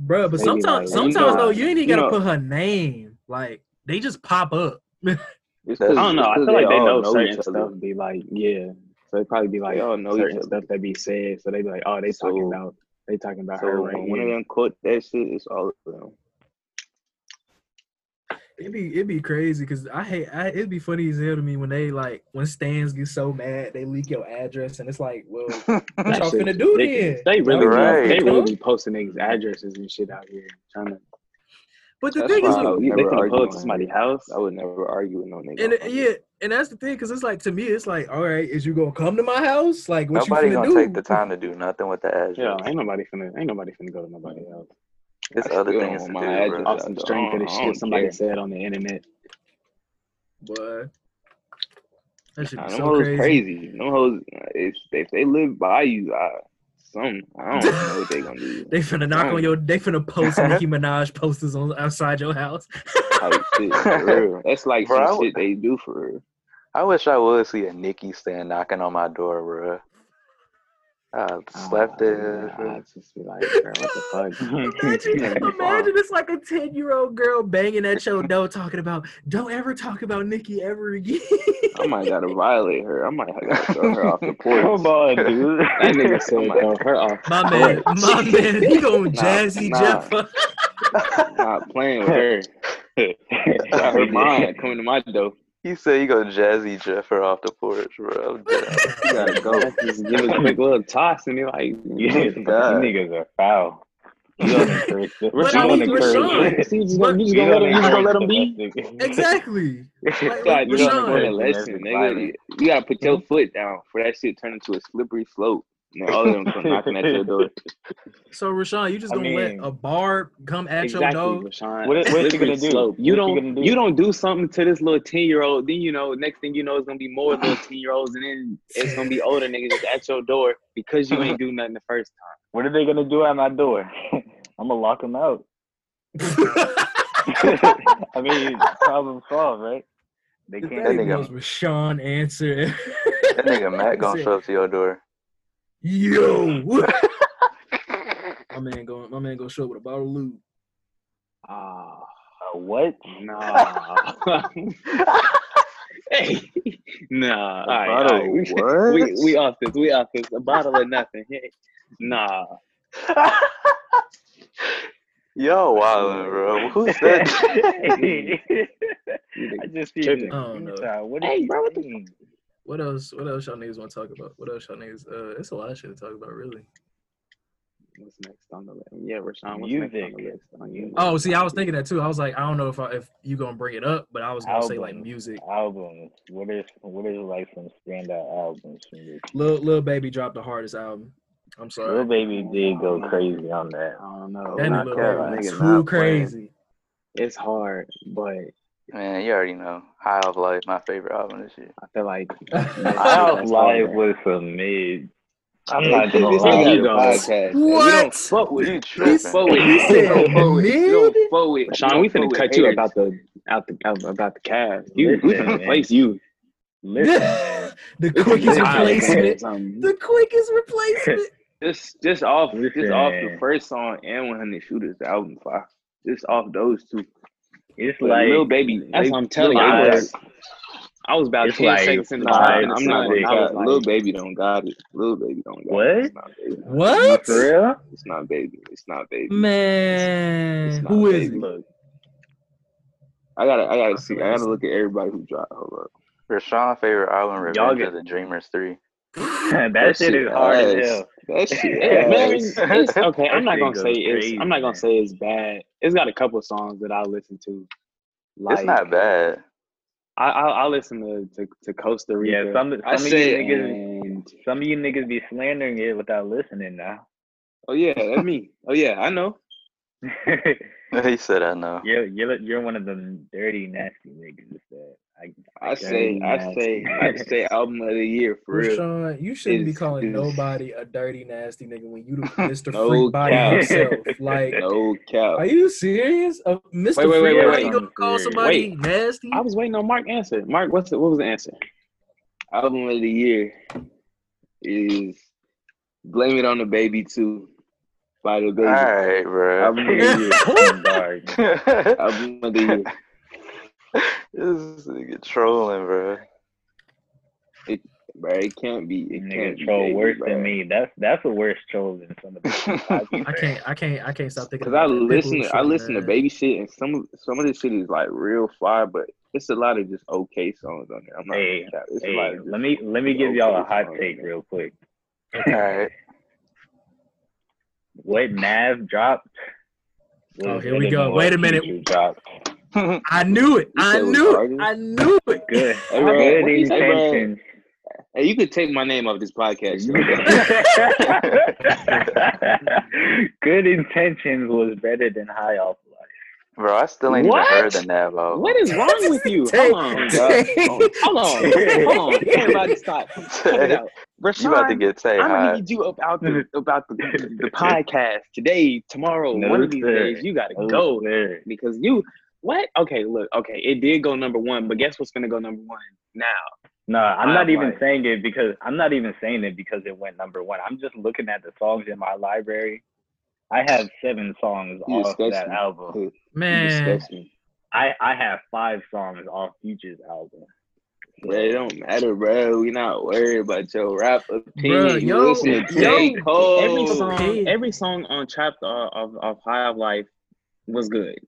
S4: bro. But
S5: They be
S4: sometimes,
S5: like, you
S4: sometimes
S5: know,
S4: though, you ain't even
S5: you
S4: gotta
S5: know-
S4: put her name. Like they just pop up.
S5: It's
S3: That's-
S5: I don't know. I
S3: it's 'cause
S5: feel like
S3: they
S5: they
S3: all
S5: know,
S3: know
S5: certain
S3: each other.
S5: stuff. Be like, yeah. So they probably be like,
S3: They all
S5: oh,
S3: know
S5: no,
S3: each
S5: certain
S3: other.
S5: stuff that be said. So they be like, oh, they talking
S3: So-
S5: about they talking about
S3: So
S5: her right
S3: when one of
S5: here.
S3: them quote that shit, it's all of them.
S4: It'd be it'd be crazy because I hate I, it'd be funny as hell to me when they like when stands get so mad they leak your address and it's like well what
S5: That
S4: y'all
S5: shit
S4: finna do
S5: ridiculous.
S4: then?
S5: They really,
S3: Right.
S5: be, they really be posting niggas' addresses and shit out here, trying to.
S4: But the
S3: That's
S4: thing
S3: why
S4: is,
S3: I
S4: like,
S3: would
S5: You- they
S3: never
S5: can
S3: argue
S5: pull up
S3: with
S5: to
S3: her.
S5: somebody's house.
S3: I would never argue with no nigga. on
S4: and
S5: uh,
S4: it-
S3: my
S4: yeah, and that's the thing because it's like to me it's like all right, is you gonna come to my house? Like what
S3: Nobody
S4: you finna
S3: gonna
S4: do?
S3: take the time to do nothing with the address.
S5: Yeah, ain't nobody finna, ain't nobody finna go to nobody else.
S3: It's
S2: I
S3: other
S2: still
S3: things to
S2: don't
S3: do,
S2: want my
S3: bro.
S2: address.
S5: Off some
S2: I
S5: string for the
S2: don't- I don't
S5: shit somebody
S2: care.
S5: said on the internet.
S4: Boy. That should
S2: Nah,
S4: be
S2: them
S4: so
S2: hoes
S4: crazy.
S2: crazy. Them hoes, if, if they live by you, I, some I don't know what they gonna do.
S4: They finna knock on your. They finna post Nicki Minaj posters on outside your house.
S2: Type shit, for real. That's like
S3: Bro, I
S2: some
S3: would-
S2: shit they do for real.
S3: I wish I would see a Nikki stand knocking on my door, bro. I slapped
S5: I,
S3: it.
S5: I'd just be like, girl, what the fuck?
S4: Imagine,
S5: That'd be fun.
S4: imagine it's like a ten year old girl banging at your door talking about don't ever talk about Nicki ever again.
S2: I might gotta violate her. I might gotta throw her off the porch.
S1: Come on, dude.
S5: That nigga said,
S2: Somebody-
S5: though, her off.
S4: my man, my man, he going jazzy
S2: nah.
S4: Jeff. up.
S2: Not playing with her. Got her mind coming to my door.
S3: He said you go jazzy Jeffer off the porch, bro. I'm dead.
S5: You gotta go. just give a quick little toss and be like,
S1: You niggas, you
S5: God.
S1: niggas are foul. You don't encourage them.
S4: But
S1: You
S4: I
S1: don't
S4: mean,
S1: encourage
S4: Rashawn.
S1: it.
S2: See, you just gonna, you just
S1: You
S2: gonna let
S1: don't
S2: him, you just gonna let him
S1: encourage
S2: be.
S1: domestic-
S4: Exactly. Like, like,
S5: God, you don't
S4: Rashawn.
S5: learn a
S1: Domestic
S5: lesson, nigga.
S1: violence.
S5: You gotta put your foot down for that shit turn into a slippery slope. And all of them come knocking at your door.
S4: So Rashawn, you just
S1: I
S4: gonna
S1: mean-
S4: let a bar come at
S5: Exactly,
S4: your door?
S5: Rashawn.
S1: What- what you
S5: Slippery
S1: gonna do?
S5: slope.
S1: What
S5: You
S1: you
S5: don't.
S1: gonna do?
S5: You don't do something to this little ten year old. Then you know, next thing you know, it's gonna be more little ten year olds, and then it's gonna be older niggas just at your door because you ain't do nothing the first time.
S1: What are they gonna do at my door? I'm gonna lock them out. I mean, problem solved, right? They
S4: If that
S1: can't.
S4: nigga
S3: nigga-
S4: was Rashawn answer.
S3: That nigga Matt gonna show up to your door.
S4: Yo. my man going my man gonna show up with a bottle of lube.
S5: Ah,
S1: Uh, what?
S5: nah. hey, nah. All right, all
S3: Bottle
S5: right. We,
S3: what?
S5: we we off this. We off this. A bottle of nothing. Hey, Nah.
S3: Yo, wildin', bro. Who's that?
S1: I just see it.
S4: I don't know.
S1: What
S5: Hey,
S1: is
S5: bro, what the
S1: mean?
S4: What else? What else y'all niggas want to talk about? What else y'all niggas? Uh, it's a lot of shit to talk about, really.
S5: What's next on the list? Yeah, Rashawn. What's next on the
S1: Music.
S5: list? On you.
S4: Oh, see, I was thinking that too. I was like, I don't know if I, if you gonna bring it up, but I was gonna say like
S1: Album.
S4: music.
S1: Albums. What is what is like some standout albums from this?
S4: Lil Lil Baby dropped the hardest album. I'm
S1: Lil
S4: sorry,
S1: Baby did go crazy on that.
S5: I don't know.
S4: that
S3: Nah,
S4: nigga Lil
S3: Kevin,
S4: Baby
S3: nigga
S4: too
S3: not playing.
S4: crazy.
S5: It's hard, but
S3: Man, you already know. High of Life, my favorite album this year.
S5: I feel like
S1: I
S5: That's
S1: live
S5: hard.
S1: was some mid. I'm
S5: Hey,
S1: not gonna
S5: this
S1: lie.
S5: nigga
S1: the
S5: go.
S1: podcast.
S5: We don't
S4: What?
S5: fuck with
S3: You
S5: Don't
S3: tripping?
S5: fuck with
S4: He
S5: you don't
S4: said
S5: fuck with you
S4: mid?
S5: don't fuck with
S2: Sean, we finna cut you about
S5: the
S2: the
S5: out the out, about the cab. You we
S1: Listen,
S5: finna
S1: man.
S5: replace you.
S1: Listen, man.
S4: the
S5: We finna
S4: quickest
S5: replace you.
S4: replacement.
S5: Something.
S4: The quickest replacement.
S5: Just just off just off the
S1: Listen.
S5: first song and one hundred shooters the album five. Just off those two.
S1: It's
S5: But
S1: like
S5: Lil baby.
S2: That's
S5: Lil-
S2: what I'm telling
S5: Lil
S1: you.
S5: Baby was- I was about
S1: It's
S5: ten
S1: like
S5: seconds in the
S1: five,
S5: time. I'm not gonna
S1: six.
S5: lie. Lil baby don't got it. Lil baby don't got
S1: What?
S5: it. It's not baby.
S4: What?
S1: for real.
S5: It's not baby. It's not baby.
S4: Man,
S5: It's not
S4: who is
S5: baby.
S4: it?
S5: Look, I gotta, I gotta see.
S4: feel
S5: I
S4: like
S5: gotta look at everybody who dropped. Hold up.
S3: Rashawn's favorite album,
S1: Y'all
S3: Revenge
S1: get-
S3: of the Dreamers 3.
S1: that, shit is hard as hell.
S5: That shit.
S1: Yeah,
S5: ass.
S2: it's, it's okay. I'm not
S1: That
S2: gonna
S1: shit
S2: say
S1: goes
S2: it's.
S1: crazy,
S2: I'm not
S1: man.
S2: gonna say it's bad. It's got a couple songs that I listen to. Like
S3: It's not bad.
S2: I I, I listen to, to to Costa Rica.
S1: Yeah, some some
S5: I
S1: of you
S5: say-
S1: niggas,
S2: and
S1: some of you niggas be slandering it without listening now.
S5: Oh yeah, that's me. Oh yeah, I know.
S3: he said, I know.
S1: you're, you're you're one of them dirty nasty niggas that I.
S5: I say, I say, I
S1: nasty.
S5: say, album of the year for real.
S4: Rashawn, you shouldn't be
S5: Is-
S4: calling
S5: is-
S4: nobody a dirty nasty nigga when you the Mr.
S5: No
S4: Freak body
S5: cap.
S4: yourself. Like,
S5: No cap.
S4: Are you serious? Uh, Mr.
S5: Wait, wait, wait,
S4: Freak,
S5: wait,
S4: how
S5: wait.
S4: you gonna call
S1: Wait.
S4: somebody nasty?
S5: I was waiting on Mark answer. Mark, what's the, what was the answer? Album of the year is "Blame It on the Baby" too by the Baby.
S3: Alright, bro.
S5: Album of the year.
S1: Dark.
S5: album of the year.
S3: this nigga trolling, bro.
S5: bro. It can't be. It can't
S1: Nigga
S5: be
S1: troll
S5: baby,
S1: worse
S5: bro.
S1: than me. That's that's a worse troll than some of the.
S4: I can't, I can't, I can't stop thinking.
S5: Cause I
S4: about that
S5: listen,
S4: Pitbull
S5: to, I
S4: shit,
S5: listen to
S4: man.
S5: baby shit, and some of- some of this shit is like real fire, but it's a lot of just okay songs on there. I'm not.
S1: Hey,
S5: gonna cap. it's a lot.
S1: Hey,
S5: of-
S1: let me let me give y'all a hot take real quick.
S3: Alright.
S1: What Nav dropped?
S4: Oh,
S1: was
S4: here we
S1: better
S4: go.
S1: than
S4: Wait a
S1: what
S4: minute.
S1: Future Dropped.
S4: I knew it.
S5: You
S4: I
S5: said it was
S4: knew it.
S5: artists?
S4: I knew it.
S1: Good.
S5: Hey, bro,
S1: Good
S5: what you say, bro?
S1: intentions.
S5: Hey, you could take my name off this podcast. yo.
S1: Good intentions was better than high off life.
S3: bro, I still ain't
S5: What?
S3: even heard the Nav album.
S5: what is wrong with you?
S4: Take-
S5: Hold on, bro.
S4: take-
S5: hold on, hold on. Everybody stop. Cut it out. Rashawn,
S3: you about to get say
S5: I'm gonna
S3: high.
S5: need you about the about the, the podcast today, tomorrow,
S1: No,
S5: one of these
S1: sir.
S5: days. You gotta
S1: Oh,
S5: go
S1: man.
S5: because you what? Okay, look, okay, it did go number one, but guess what's gonna go number one now?
S1: No, I'm
S5: High
S1: not
S5: Off
S1: even
S5: Life.
S1: saying it because I'm not even saying it because it went number one. I'm just looking at the songs in my library. I have seven songs
S5: You
S1: off
S5: disgust
S1: that
S5: me.
S1: album.
S5: You
S4: Man,
S5: disgust me.
S1: I I have five songs off Future's album.
S5: Bro, it don't matter, bro. We not worried about your rap opinion.
S4: Bro,
S5: you
S4: yo,
S5: listen to
S4: yo,
S5: J. Cole.
S2: every
S4: Oh.
S2: song,
S4: Hey.
S5: uh,
S2: every song on Trapped of, of, of High of Life was good.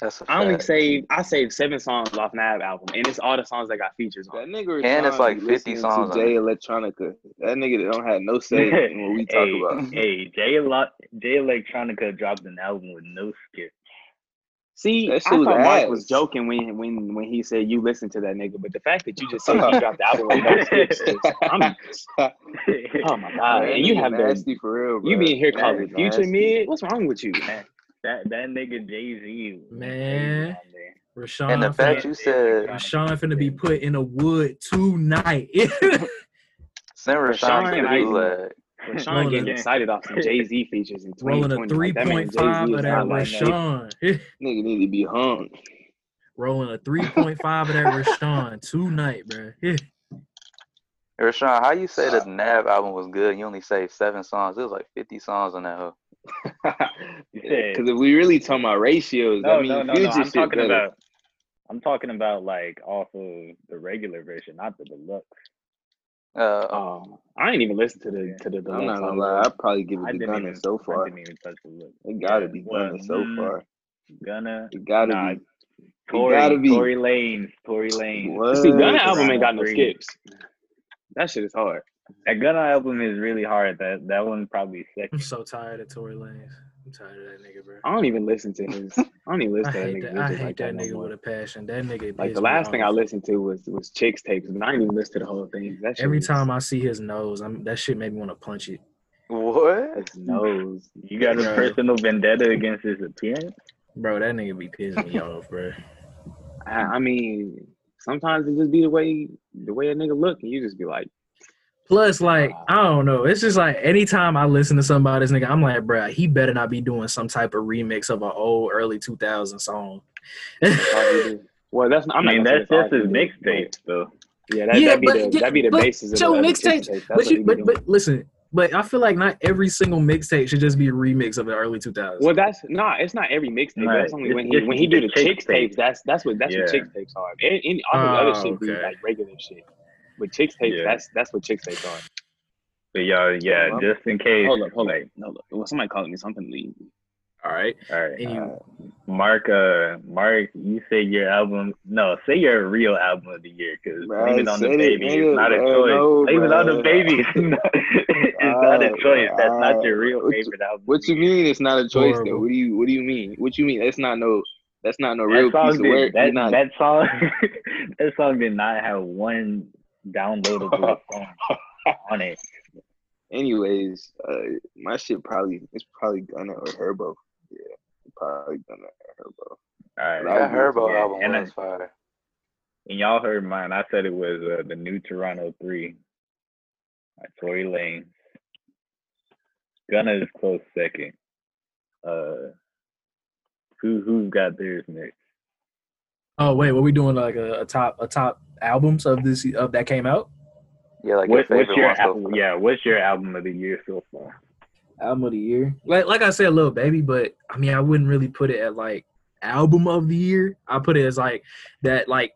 S3: That's a
S2: I only
S3: fact.
S2: saved I saved seven songs off Nav album, and it's all the songs that got features on.
S5: That nigga
S3: And it's
S5: Rashawn
S3: like
S5: be
S3: 50
S5: listening
S3: songs on
S5: to Jay Electronica. That nigga don't have no say in what we talk
S1: hey,
S5: about.
S1: Hey, Jay, Lo- Jay Electronica dropped an album with no skip.
S2: See, I
S5: That shit
S2: thought
S5: was
S2: Mike
S5: ass.
S2: was joking when when when he said you listen to that nigga, but the fact that you just said he dropped the album with no skips, is- I'm oh my god,
S5: That
S2: and you
S5: nigga
S2: have the
S5: nasty for real, bro.
S2: you being here
S5: That
S2: calling
S5: nigga
S2: future
S5: nasty.
S2: mid? What's wrong with you?
S1: That that nigga Jay Z.
S4: Man. Rashawn.
S3: And the fact
S4: finna-
S3: you said
S4: Rashawn finna be put in a wood tonight.
S3: send
S2: Rashawn
S3: Rashawn to
S2: and
S3: the
S2: I-
S3: gulag.
S2: Rashawn getting
S1: Yeah.
S2: excited off some Jay Z features in
S4: Rolling a
S2: 2020.
S4: three
S2: Like, that man
S4: point
S2: Jay-Z
S4: five
S2: is
S4: of that
S2: not like that.
S4: Rashawn.
S5: Nigga need to be hung.
S4: Rolling a three point five of that Rashawn tonight, bro.
S3: Rashawn, how you say the Nav album was good? and You only saved seven songs. It was like 50 songs on that hoe.
S1: said-
S5: Because if we really talking about ratios,
S1: No,
S5: I mean,
S1: no, no,
S5: future
S1: no. I'm
S5: shit
S1: talking
S5: better.
S1: about. I'm talking about like off of the regular version, not the deluxe.
S3: Uh,
S2: Oh, I didn't even listen to the to the
S5: I'm not
S2: deluxe.
S5: gonna
S2: album.
S5: lie, I probably give
S1: I
S5: it to
S1: didn't
S5: Gunna
S1: even.
S5: so
S1: I
S5: far.
S1: didn't even touch the look.
S5: It gotta be
S1: Well,
S5: Gunna so
S1: mm,
S5: far.
S1: Gunna,
S5: It gotta
S1: Nah,
S5: be.
S1: Tory,
S5: gotta be.
S1: Tory Lane, Tory Lane.
S5: What?
S2: See, Gunna album ain't got no
S1: Three.
S2: skips. That shit is hard.
S1: That Gunna album is really hard. That that one probably
S4: I'm
S1: second.
S4: so tired of Tory Lanez. I'm tired of that nigga, bro.
S2: I don't even listen to his. I don't even
S4: I
S2: listen to that
S4: hate
S2: nigga.
S4: that. I
S2: music
S4: hate
S2: like
S4: that
S2: no
S4: nigga
S2: more.
S4: with a passion. That nigga.
S2: Like
S4: pissed
S2: the
S4: me
S2: last thing I
S4: off.
S2: listened to was was Chicks tapes, but I didn't even listen to the whole thing. That shit
S4: Every
S2: was-
S4: time I see his nose, I'm that shit made me want to punch it.
S3: what?
S2: his nose.
S1: You got a
S4: Bro.
S1: personal vendetta against his appearance.
S4: Bro, that nigga be pissing me off, bro.
S2: I, I mean, sometimes it just be the way the way a nigga look, and you just be like,
S4: Plus, like, I don't know. It's just like anytime I listen to somebody's nigga, I'm like, bruh, he better not be doing some type of remix of an old early 2000 song.
S2: that's all he do. well, that's not-
S1: I
S2: I'm not
S1: mean,
S2: gonna say
S1: that's just
S2: all
S1: his
S2: he do, but
S1: mixtape, though.
S2: Yeah, that,
S4: Yeah,
S2: that'd be
S4: but-
S2: the that'd be the
S4: but
S2: basis of
S4: Joe,
S2: the other
S4: mixtapes,
S2: Chicks tapes. That's
S4: but
S2: what
S4: you,
S2: he be
S4: but
S2: doing.
S4: but listen, but I feel like not every single mixtape should just be a remix of an early 2000.
S2: Well, that's not. It's not every mixtape.
S1: Right.
S2: That's only
S1: It's
S2: when he
S1: just
S2: when he
S1: the
S2: do the
S1: chick
S2: chicks tapes. Ah,
S1: tapes.
S2: That's that's what that's what
S1: Yeah.
S2: chicks tapes are. And, and all the other
S4: Oh,
S2: shit be
S4: okay.
S2: like regular shit. But chicks tapes,
S1: Yeah.
S2: that's that's what chicks tapes are.
S1: But y'all, yeah,
S5: Hold
S1: just in case.
S2: Hold up, hold up.
S1: like,
S2: No, look. Well, somebody calling me something. Leave.
S4: All right.
S1: all right.
S4: And you,
S1: Mark, uh, Mark, you say your album. No, say your real album of the year because
S5: Bro,
S1: leave it on the
S5: said it,
S1: baby. It's
S5: nigga,
S1: not a
S5: bro,
S1: choice.
S5: no,
S1: leave it
S5: bro.
S1: on the baby. it's not- it's not a
S5: Alright,
S1: choice. That's not
S5: alright.
S1: your real
S5: What you-
S1: favorite album.
S5: What
S1: of the
S5: you
S1: year.
S5: mean? It's not a choice
S4: Horrible.
S5: though. What do you What do you mean? What you mean? That's not no. That's not no real
S1: That song
S5: piece of work.
S1: did.
S5: You're
S1: That,
S5: not.
S1: that song. that song did not have one downloadable song on it.
S5: Anyways, uh, my shit probably it's probably Gunna or Herbo. Yeah, probably Gunna or Herbo.
S1: All right.
S5: That
S3: That Herbo
S1: yeah,
S3: album
S1: and I-
S3: was fire.
S1: And y'all heard mine. I said it was uh, the new Toronto Three. By Tory Lane. Gunna is close second. Uh, who who's got theirs next?
S4: oh wait, what we doing like a, a top a top albums of this of that came out?
S3: Yeah, like
S1: What,
S3: your
S1: what's
S3: favorite
S1: your
S3: one so
S1: album?
S3: far.
S1: Yeah, what's your album of the year so far?
S4: Album of the year. Like like I said, little baby, but I mean I wouldn't really put it at like album of the year. I put it as like that like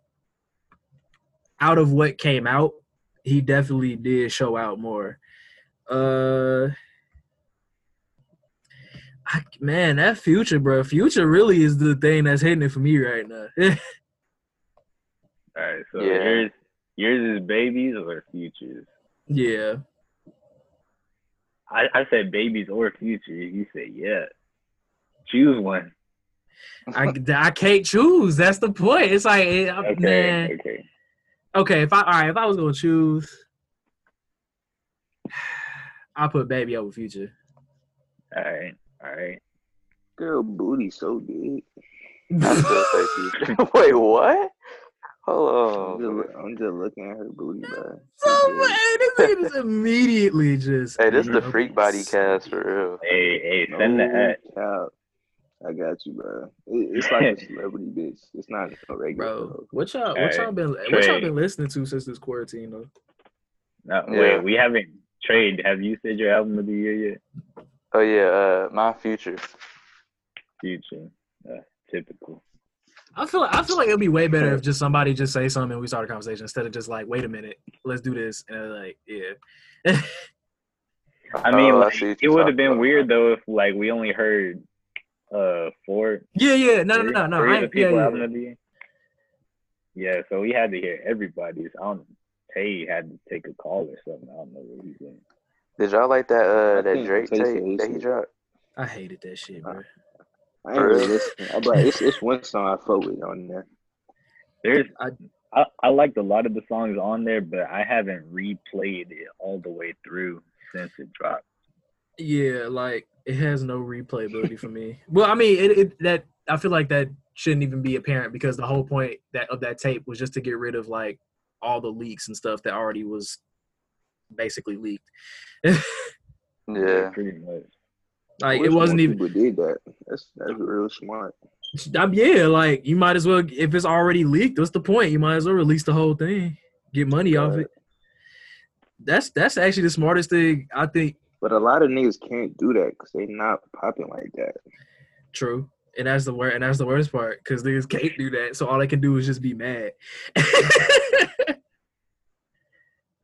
S4: out of what came out, he definitely did show out more. Uh I, man, that future, bro. Future really is the thing that's hitting it for me right now.
S1: All right, so
S3: Yeah.
S1: yours yours is babies or futures.
S4: yeah.
S1: I, I said babies or futures. You said yeah. Choose one.
S4: I, I can't choose. That's the point. It's like, eh, I-
S1: Okay.
S4: man.
S1: Okay.
S4: Okay, if I all right, if I was gonna choose, I put baby over future.
S1: All right. All right.
S5: Girl, booty so big.
S3: I still say Future. Wait, what?
S5: I'm
S1: Oh,
S3: Hold
S5: just,
S3: on.
S5: look- I'm just looking at her booty, bro.
S4: so much. Oh, This nigga just immediately just.
S3: Hey, this is the Freak Body cast for real.
S1: Hey, hey, send the that.
S5: Child. I got you, bro. It, it's like a celebrity bitch. It's not a regular.
S4: Bro, what y'all what
S1: Hey,
S4: y'all been what y'all
S1: Trey.
S4: been listening to since this quarantine though?
S1: No,
S3: Yeah.
S1: wait, we haven't trade. Have you said your album of the year yet?
S3: Oh yeah, uh, my future.
S1: Future. Uh, typical.
S4: I feel like I feel like it'd be way better if just somebody just say something and we start a conversation instead of just like, wait a minute, let's do this and they're like, yeah.
S1: I mean,
S3: Oh, I
S1: like,
S3: see what
S1: it
S3: you're
S1: would have
S3: talking
S1: been
S3: about.
S1: weird though if like we only heard uh four.
S4: Yeah, yeah, no, no,
S1: three-
S4: no, no.
S1: three of
S4: I
S1: the
S4: ain't, yeah,
S1: people
S4: yeah.
S1: album of the year. Yeah, so we had to hear everybody's. I don't. Tay had to take a call or something. I don't know what he doing.
S3: Did y'all like that uh
S5: I
S3: that
S5: think
S3: Drake
S5: Tay said
S3: tape that he
S5: he-
S3: dropped?
S4: I hated that shit, bro.
S5: I ain't really listening. I- But it's, it's one song I fuck with on there.
S1: There's. I,
S4: I-
S1: I, liked a lot of the songs on there, but I haven't replayed it all the way through since it dropped.
S4: Yeah, like it has no replayability for me. Well, I mean, it, it that I feel like that shouldn't even be apparent because the whole point that of that tape was just to get rid of like all the leaks and stuff that already was basically leaked.
S3: Yeah.
S1: pretty much.
S4: Like
S5: I wish
S4: it wasn't
S5: more
S4: even
S5: People did that. That's that's real smart.
S4: I- yeah, like you might as well if it's already leaked, what's the point? You might as well release the whole thing. Get money off it. That's that's actually the smartest thing I think
S5: But a lot of niggas can't do that because they not popping like that.
S4: true. And that's the wor and that's the worst part, because niggas can't do that. So all they can do is just be mad.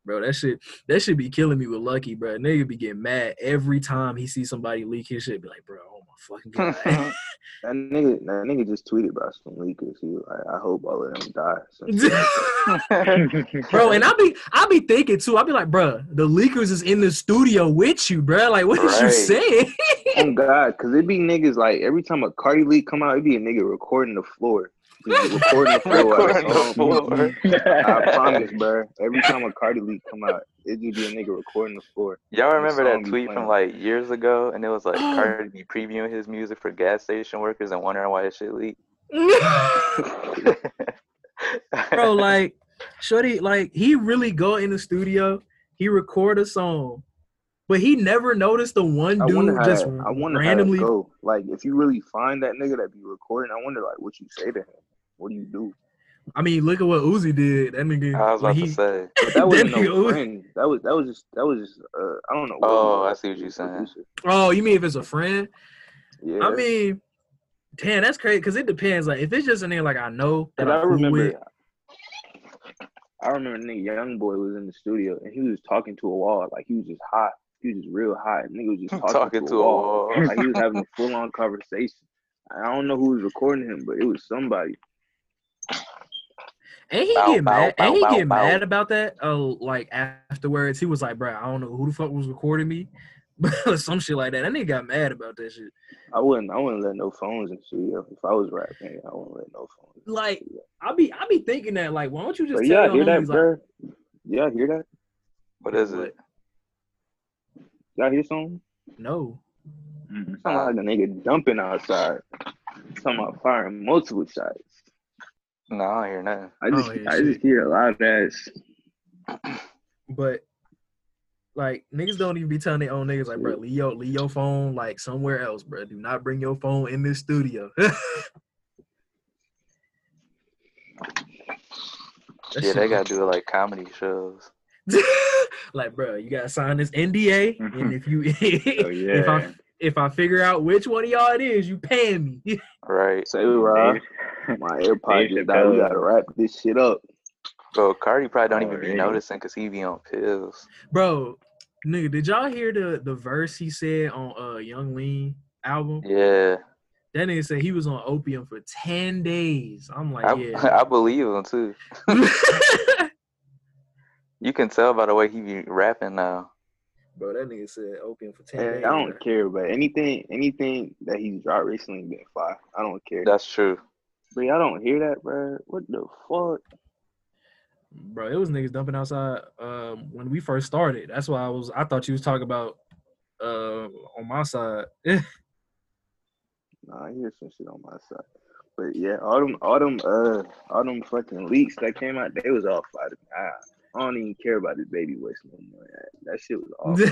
S4: bro, that shit that should be killing me with Lucky, bro. Nigga be getting mad every time he sees somebody leak his shit, be like, bro, oh my fucking god.
S5: That nigga, that nigga just tweeted about some leakers. He, was like, I hope all of them die. So,
S4: bro. And I be I be thinking too. I be like, bro, the leakers is in the studio with you, bro. Like, what is you
S3: Right.
S4: saying?
S5: oh God, because it be niggas like every time a Cardi leak come out, it be a nigga recording the floor, Just recording the floor. while the
S3: Recording the
S5: song-
S3: floor.
S5: I promise, bro. Every time a Cardi leak come out, it just be a nigga recording the floor.
S3: Y'all remember
S5: song
S3: that
S5: be
S3: tweet from
S5: playing.
S3: like years ago, and it was like
S4: Oh.
S3: Cardi B previewing his music for gas station workers and wondering why his shit leaked.
S4: bro, like, Shorty, like he really go in the studio, he record a song, but he never noticed the one
S5: I
S4: dude
S5: wonder how.
S4: just
S5: I wonder
S4: randomly.
S5: how that go. Like, if you really find that nigga that be recording, I wonder like what you say to him. What do you do?
S4: I mean, look at what Uzi did. That nigga,
S3: I was
S4: when
S3: about
S4: he,
S3: to say.
S5: But that
S4: That
S5: wasn't no
S4: nigga-
S5: friend. That was that was just that was just. Uh, I don't know.
S3: Oh, I see what you're saying.
S4: oh, you mean if it's a friend?
S5: Yeah.
S4: I mean, damn, that's crazy. Cause it depends. Like, if it's just a nigga like I know that
S5: And
S4: I,
S5: I
S4: cool
S5: remember,
S4: with,
S5: I remember nigga young boy was in the studio and he was talking to a wall like he was just hot. He was just real hot. Nigga was just talking, to, a wall. like he was having a full on conversation. I don't know who was recording him, but it was somebody.
S4: And he
S3: Bow,
S4: get
S3: bow,
S4: mad.
S3: bow,
S4: and he
S3: bow,
S4: get
S3: bow.
S4: mad about that. Oh, like afterwards, he was like, "Bro, I don't know who the fuck was recording me," but some shit like that. That nigga got mad about that shit.
S5: I wouldn't, I wouldn't let no phones in the studio. If I was rapping, I wouldn't let no phones.
S4: Like, I be, I be thinking that. Like, why don't you just
S5: But
S4: tell
S5: yeah,
S4: your
S5: hear that,
S4: homies, like,
S5: bro? Yeah, hear that?
S3: What is it?
S5: Y'all hear something?
S4: no,
S3: Uh,
S1: Mm-mm.
S5: Sound like a nigga dumping outside. Talking about firing multiple shots.
S3: No, I don't hear nothing.
S5: I just,
S4: Oh, yeah,
S5: I
S4: shit.
S5: just hear a lot of that.
S4: but like niggas don't even be telling their own niggas, like, bro, leave your, leave your phone like somewhere else, bro. Do not bring your phone in this studio. that
S3: yeah,
S4: shit
S3: they gotta do it like comedy shows.
S4: like, bro, you gotta sign this NDA,
S5: Mm-hmm.
S4: and if you
S5: Oh,
S1: So
S4: if
S1: yeah.
S4: I if I figure out which one of y'all it is, you paying me.
S3: Right.
S5: Say, Rob.
S1: Dave-
S5: My AirPod
S1: Dave
S5: just died. We
S1: Chappelle.
S5: gotta wrap this shit up.
S3: Bro, Cardi probably don't even be
S1: Already.
S3: noticing because he be on pills.
S4: Bro, nigga, did y'all hear the the verse he said on uh Young Lean album?
S3: Yeah.
S4: That nigga said he was on opium for ten days. I'm like,
S3: I,
S4: Uh, yeah.
S3: I believe him too. You can tell by the way he be rapping now.
S4: bro, that nigga said opium for ten
S5: And I
S4: days.
S5: don't
S4: bro.
S5: care, but anything, anything that he's dropped recently been fly. I don't care.
S3: That's true.
S5: Bro, y'all don't hear that, bro? What the fuck?
S4: Bro, it was niggas dumping outside um, when we first started. That's why I was. I thought you was talking about uh, on my side.
S5: Oh, Nah, I hear some shit on my side. But yeah, all them, all them, uh, all them fucking leaks that came out, they was all fly. to me. I, I don't even care about this baby voice no more. That, that shit was all. fly.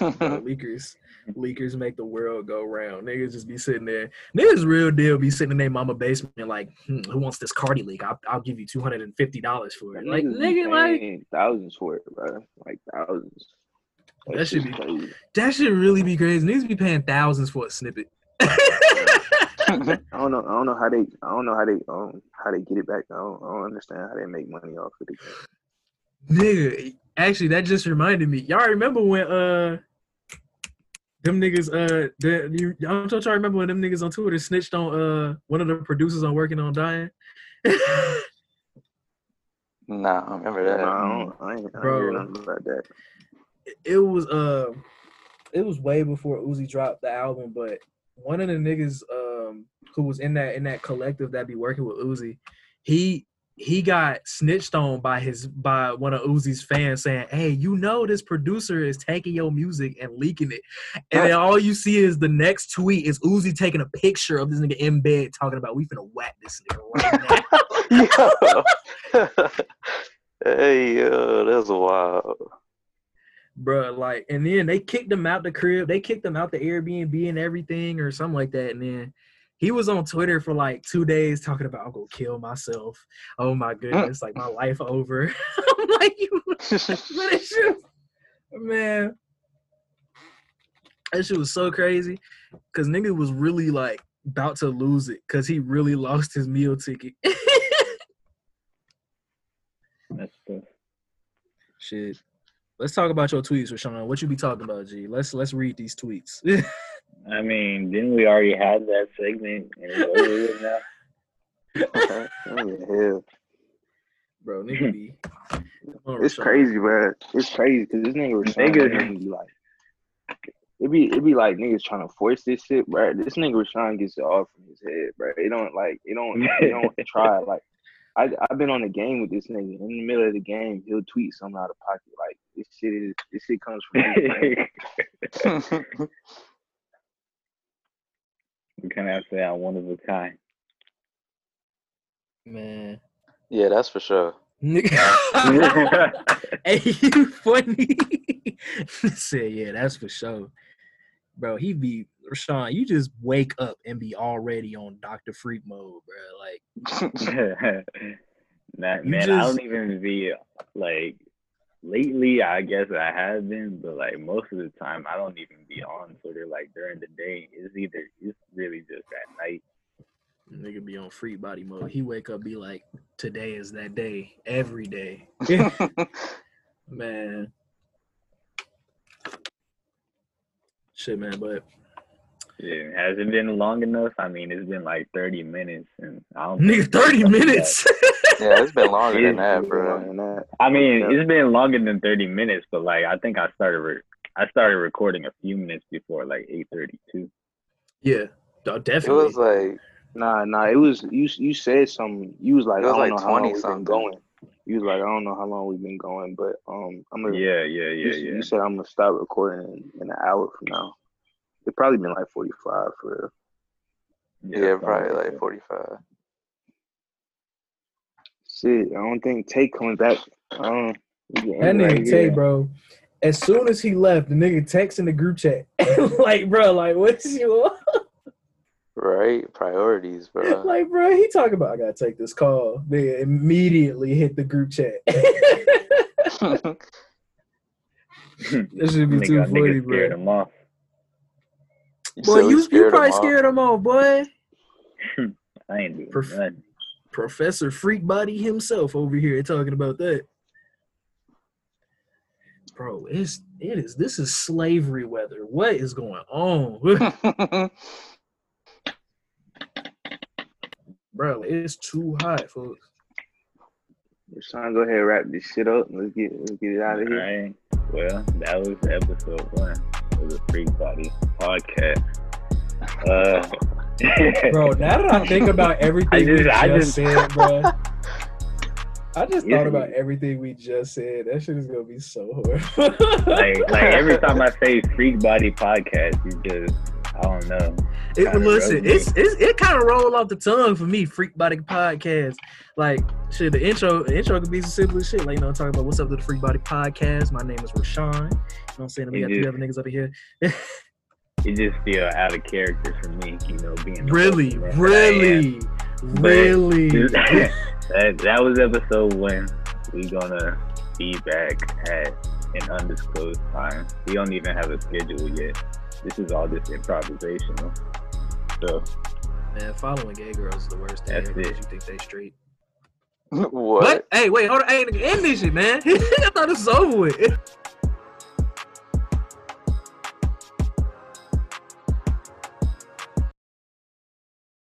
S4: Bro, leakers, leakers make the world go round. Niggas just be sitting there. Niggas real deal be sitting in their mama basement like, hmm, who wants this Cardi leak? I'll, I'll give you two hundred and fifty dollars for
S5: Them
S4: it. Like,
S5: niggas be
S4: nigga, like
S5: paying thousands for it, bro. Like thousands.
S4: That should
S5: shit's
S4: be-
S5: crazy.
S4: that should really be crazy. Niggas be paying thousands for a snippet.
S5: I don't know. I don't know how they. I don't know how they. Um, how they get it back. I don't, I don't understand how they make money off of it.
S4: Nigga, actually, that just reminded me. Y'all remember when uh them niggas, uh, the, you, I'm trying to remember when them niggas on Twitter snitched on uh one of the producers on working on dying.
S3: Nah, I don't remember
S5: Nah,
S3: that.
S5: I don't, I ain't, I ain't hear
S4: Bro.
S5: nothing about that.
S4: it was uh it was way before Uzi dropped the album, but one of the niggas um who was in that in that collective that be working with Uzi, he he got snitched on by his by one of Uzi's fans saying, "Hey, you know this producer is taking your music and leaking it," and then all you see is the next tweet is Uzi taking a picture of this nigga in bed talking about we finna whack this nigga right now.
S3: Yo. hey, yo, that's wild.
S4: Bruh, like, and then they kicked him out the crib. They kicked him out the Airbnb and everything, or something like that. And then he was on Twitter for like two days talking about I'm gonna kill myself. Oh my goodness, like my life over. I'm like, you, but that shit, man, that shit was so crazy. Cause nigga was really like about to lose it, cause he really lost his meal ticket.
S1: That's the
S4: shit. Let's talk about your tweets, Rashawn. What you be talking about, G? Let's let's read these tweets.
S1: I mean, didn't we already have that segment? And it's over with now?
S3: Okay.
S5: Oh,
S4: bro. Nigga be.
S5: yeah. It's crazy, bro. It's crazy because this nigga Rashawn
S1: Nigga.
S5: Gary be like, it be it be like niggas trying to force this shit, bro. This nigga Rashawn gets it all from his head, bro. It don't like it don't it don't try like. I I've been on the game with this nigga. In the middle of the game, he'll tweet something out of pocket. Like this shit is this shit comes from. his brain.
S1: we kind of have to say I'm one of a kind.
S4: Man.
S3: yeah, that's for sure.
S4: Nigga. hey, you funny. Said, yeah, that's for sure. Bro, he be Rashawn, you just wake up and be already on Dr. Freak mode, bro. Like
S1: Nah,
S4: You
S1: man, I
S4: just-
S1: don't even be like lately. I guess I have been, but like most of the time, I don't even be on Twitter. Like during the day, it's either it's really just at night.
S4: nigga be on free body mode. He wake up be like, today is that day. Every day. Man. Shit, man, but
S1: It hasn't been long enough. I mean, it's been like thirty minutes, and I don't. think
S4: nigga,
S1: something
S4: 30
S1: like
S4: minutes.
S3: yeah, it's been longer than that,
S5: Bro,
S3: bro.
S5: and
S1: that.
S5: that-
S1: I mean,
S5: Yeah.
S1: it's been longer than thirty minutes, but like I think I started. Re- I started recording a few minutes before like eight thirty-two.
S4: yeah. duh,
S3: It
S4: Definitely.
S3: was like
S5: Nah, nah, it was you. You said something. You was like,
S3: It was
S5: I don't
S3: like
S5: know how long
S3: 20
S5: we've
S3: something.
S5: been going. You was like, I don't know how long we've been going, but um, I'm gonna.
S1: Yeah, yeah,
S5: you,
S1: yeah,
S5: s-
S1: yeah.
S5: You said I'm gonna stop recording in, in an hour from now. It probably been like 45 for.
S3: yeah, probably like forty five.
S5: Shit, I don't think Tate coming back. Um, we can
S4: That
S5: end it right
S4: nigga
S5: here.
S4: Tay, bro. As soon as he left, the nigga texts in the group chat, like, bro, like, what's you on?
S3: Right? Priorities, bro.
S4: Like, bro, he talking about I gotta take this call. Nigga immediately hit the group chat. that should be
S1: Nigga,
S4: too
S1: nigga
S4: funny,
S1: scared
S4: bro.
S1: him off.
S4: Boy,
S3: said we
S4: you you
S3: him
S4: probably
S3: off.
S4: scared him all, boy.
S1: I ain't doing
S4: Perf-
S1: nothing.
S4: Professor Freak Body himself over here talking about that. Bro, it's it is this is slavery weather. What is going on? bro, it's too hot, folks.
S5: It's time to go ahead and wrap this shit up. Let's get let's get it out of
S1: All
S5: here.
S1: right. Well, that was episode one of the Free Body Podcast. Uh,
S4: Bro, now that I think about everything
S1: I
S4: we
S1: just-
S4: just,
S1: I just-
S4: said, bro, I just
S1: Yeah.
S4: thought about everything we just said. That shit is gonna be so horrible.
S1: like, like every time I say Freak Body Podcast, you just, I don't know.
S4: it,
S1: kinda
S4: listen,
S1: rubbed me.
S4: it's, it's it kind of roll off the tongue for me. Freak Body Podcast, like shit. The intro, the intro could be some simple as shit. Like you know, I'm talking about what's up to the Freak Body Podcast. My name is Rashawn. You know what I'm saying? We
S1: It
S4: got three
S1: is.
S4: other niggas up in here.
S1: It just feel out of character for me, you know, being the
S4: Really,
S1: host, man.
S4: really, really.
S1: that, that was episode one. We gonna be back at an undisclosed time. We don't even have a schedule yet. This is all just improvisational. So
S4: Man, following gay girls is the worst thing
S1: That's
S4: ever.
S1: it.
S4: 'cause You think they straight?
S3: what?
S4: What? Hey, wait, hold on. Hey, nigga, end this shit, man. I thought this was over with.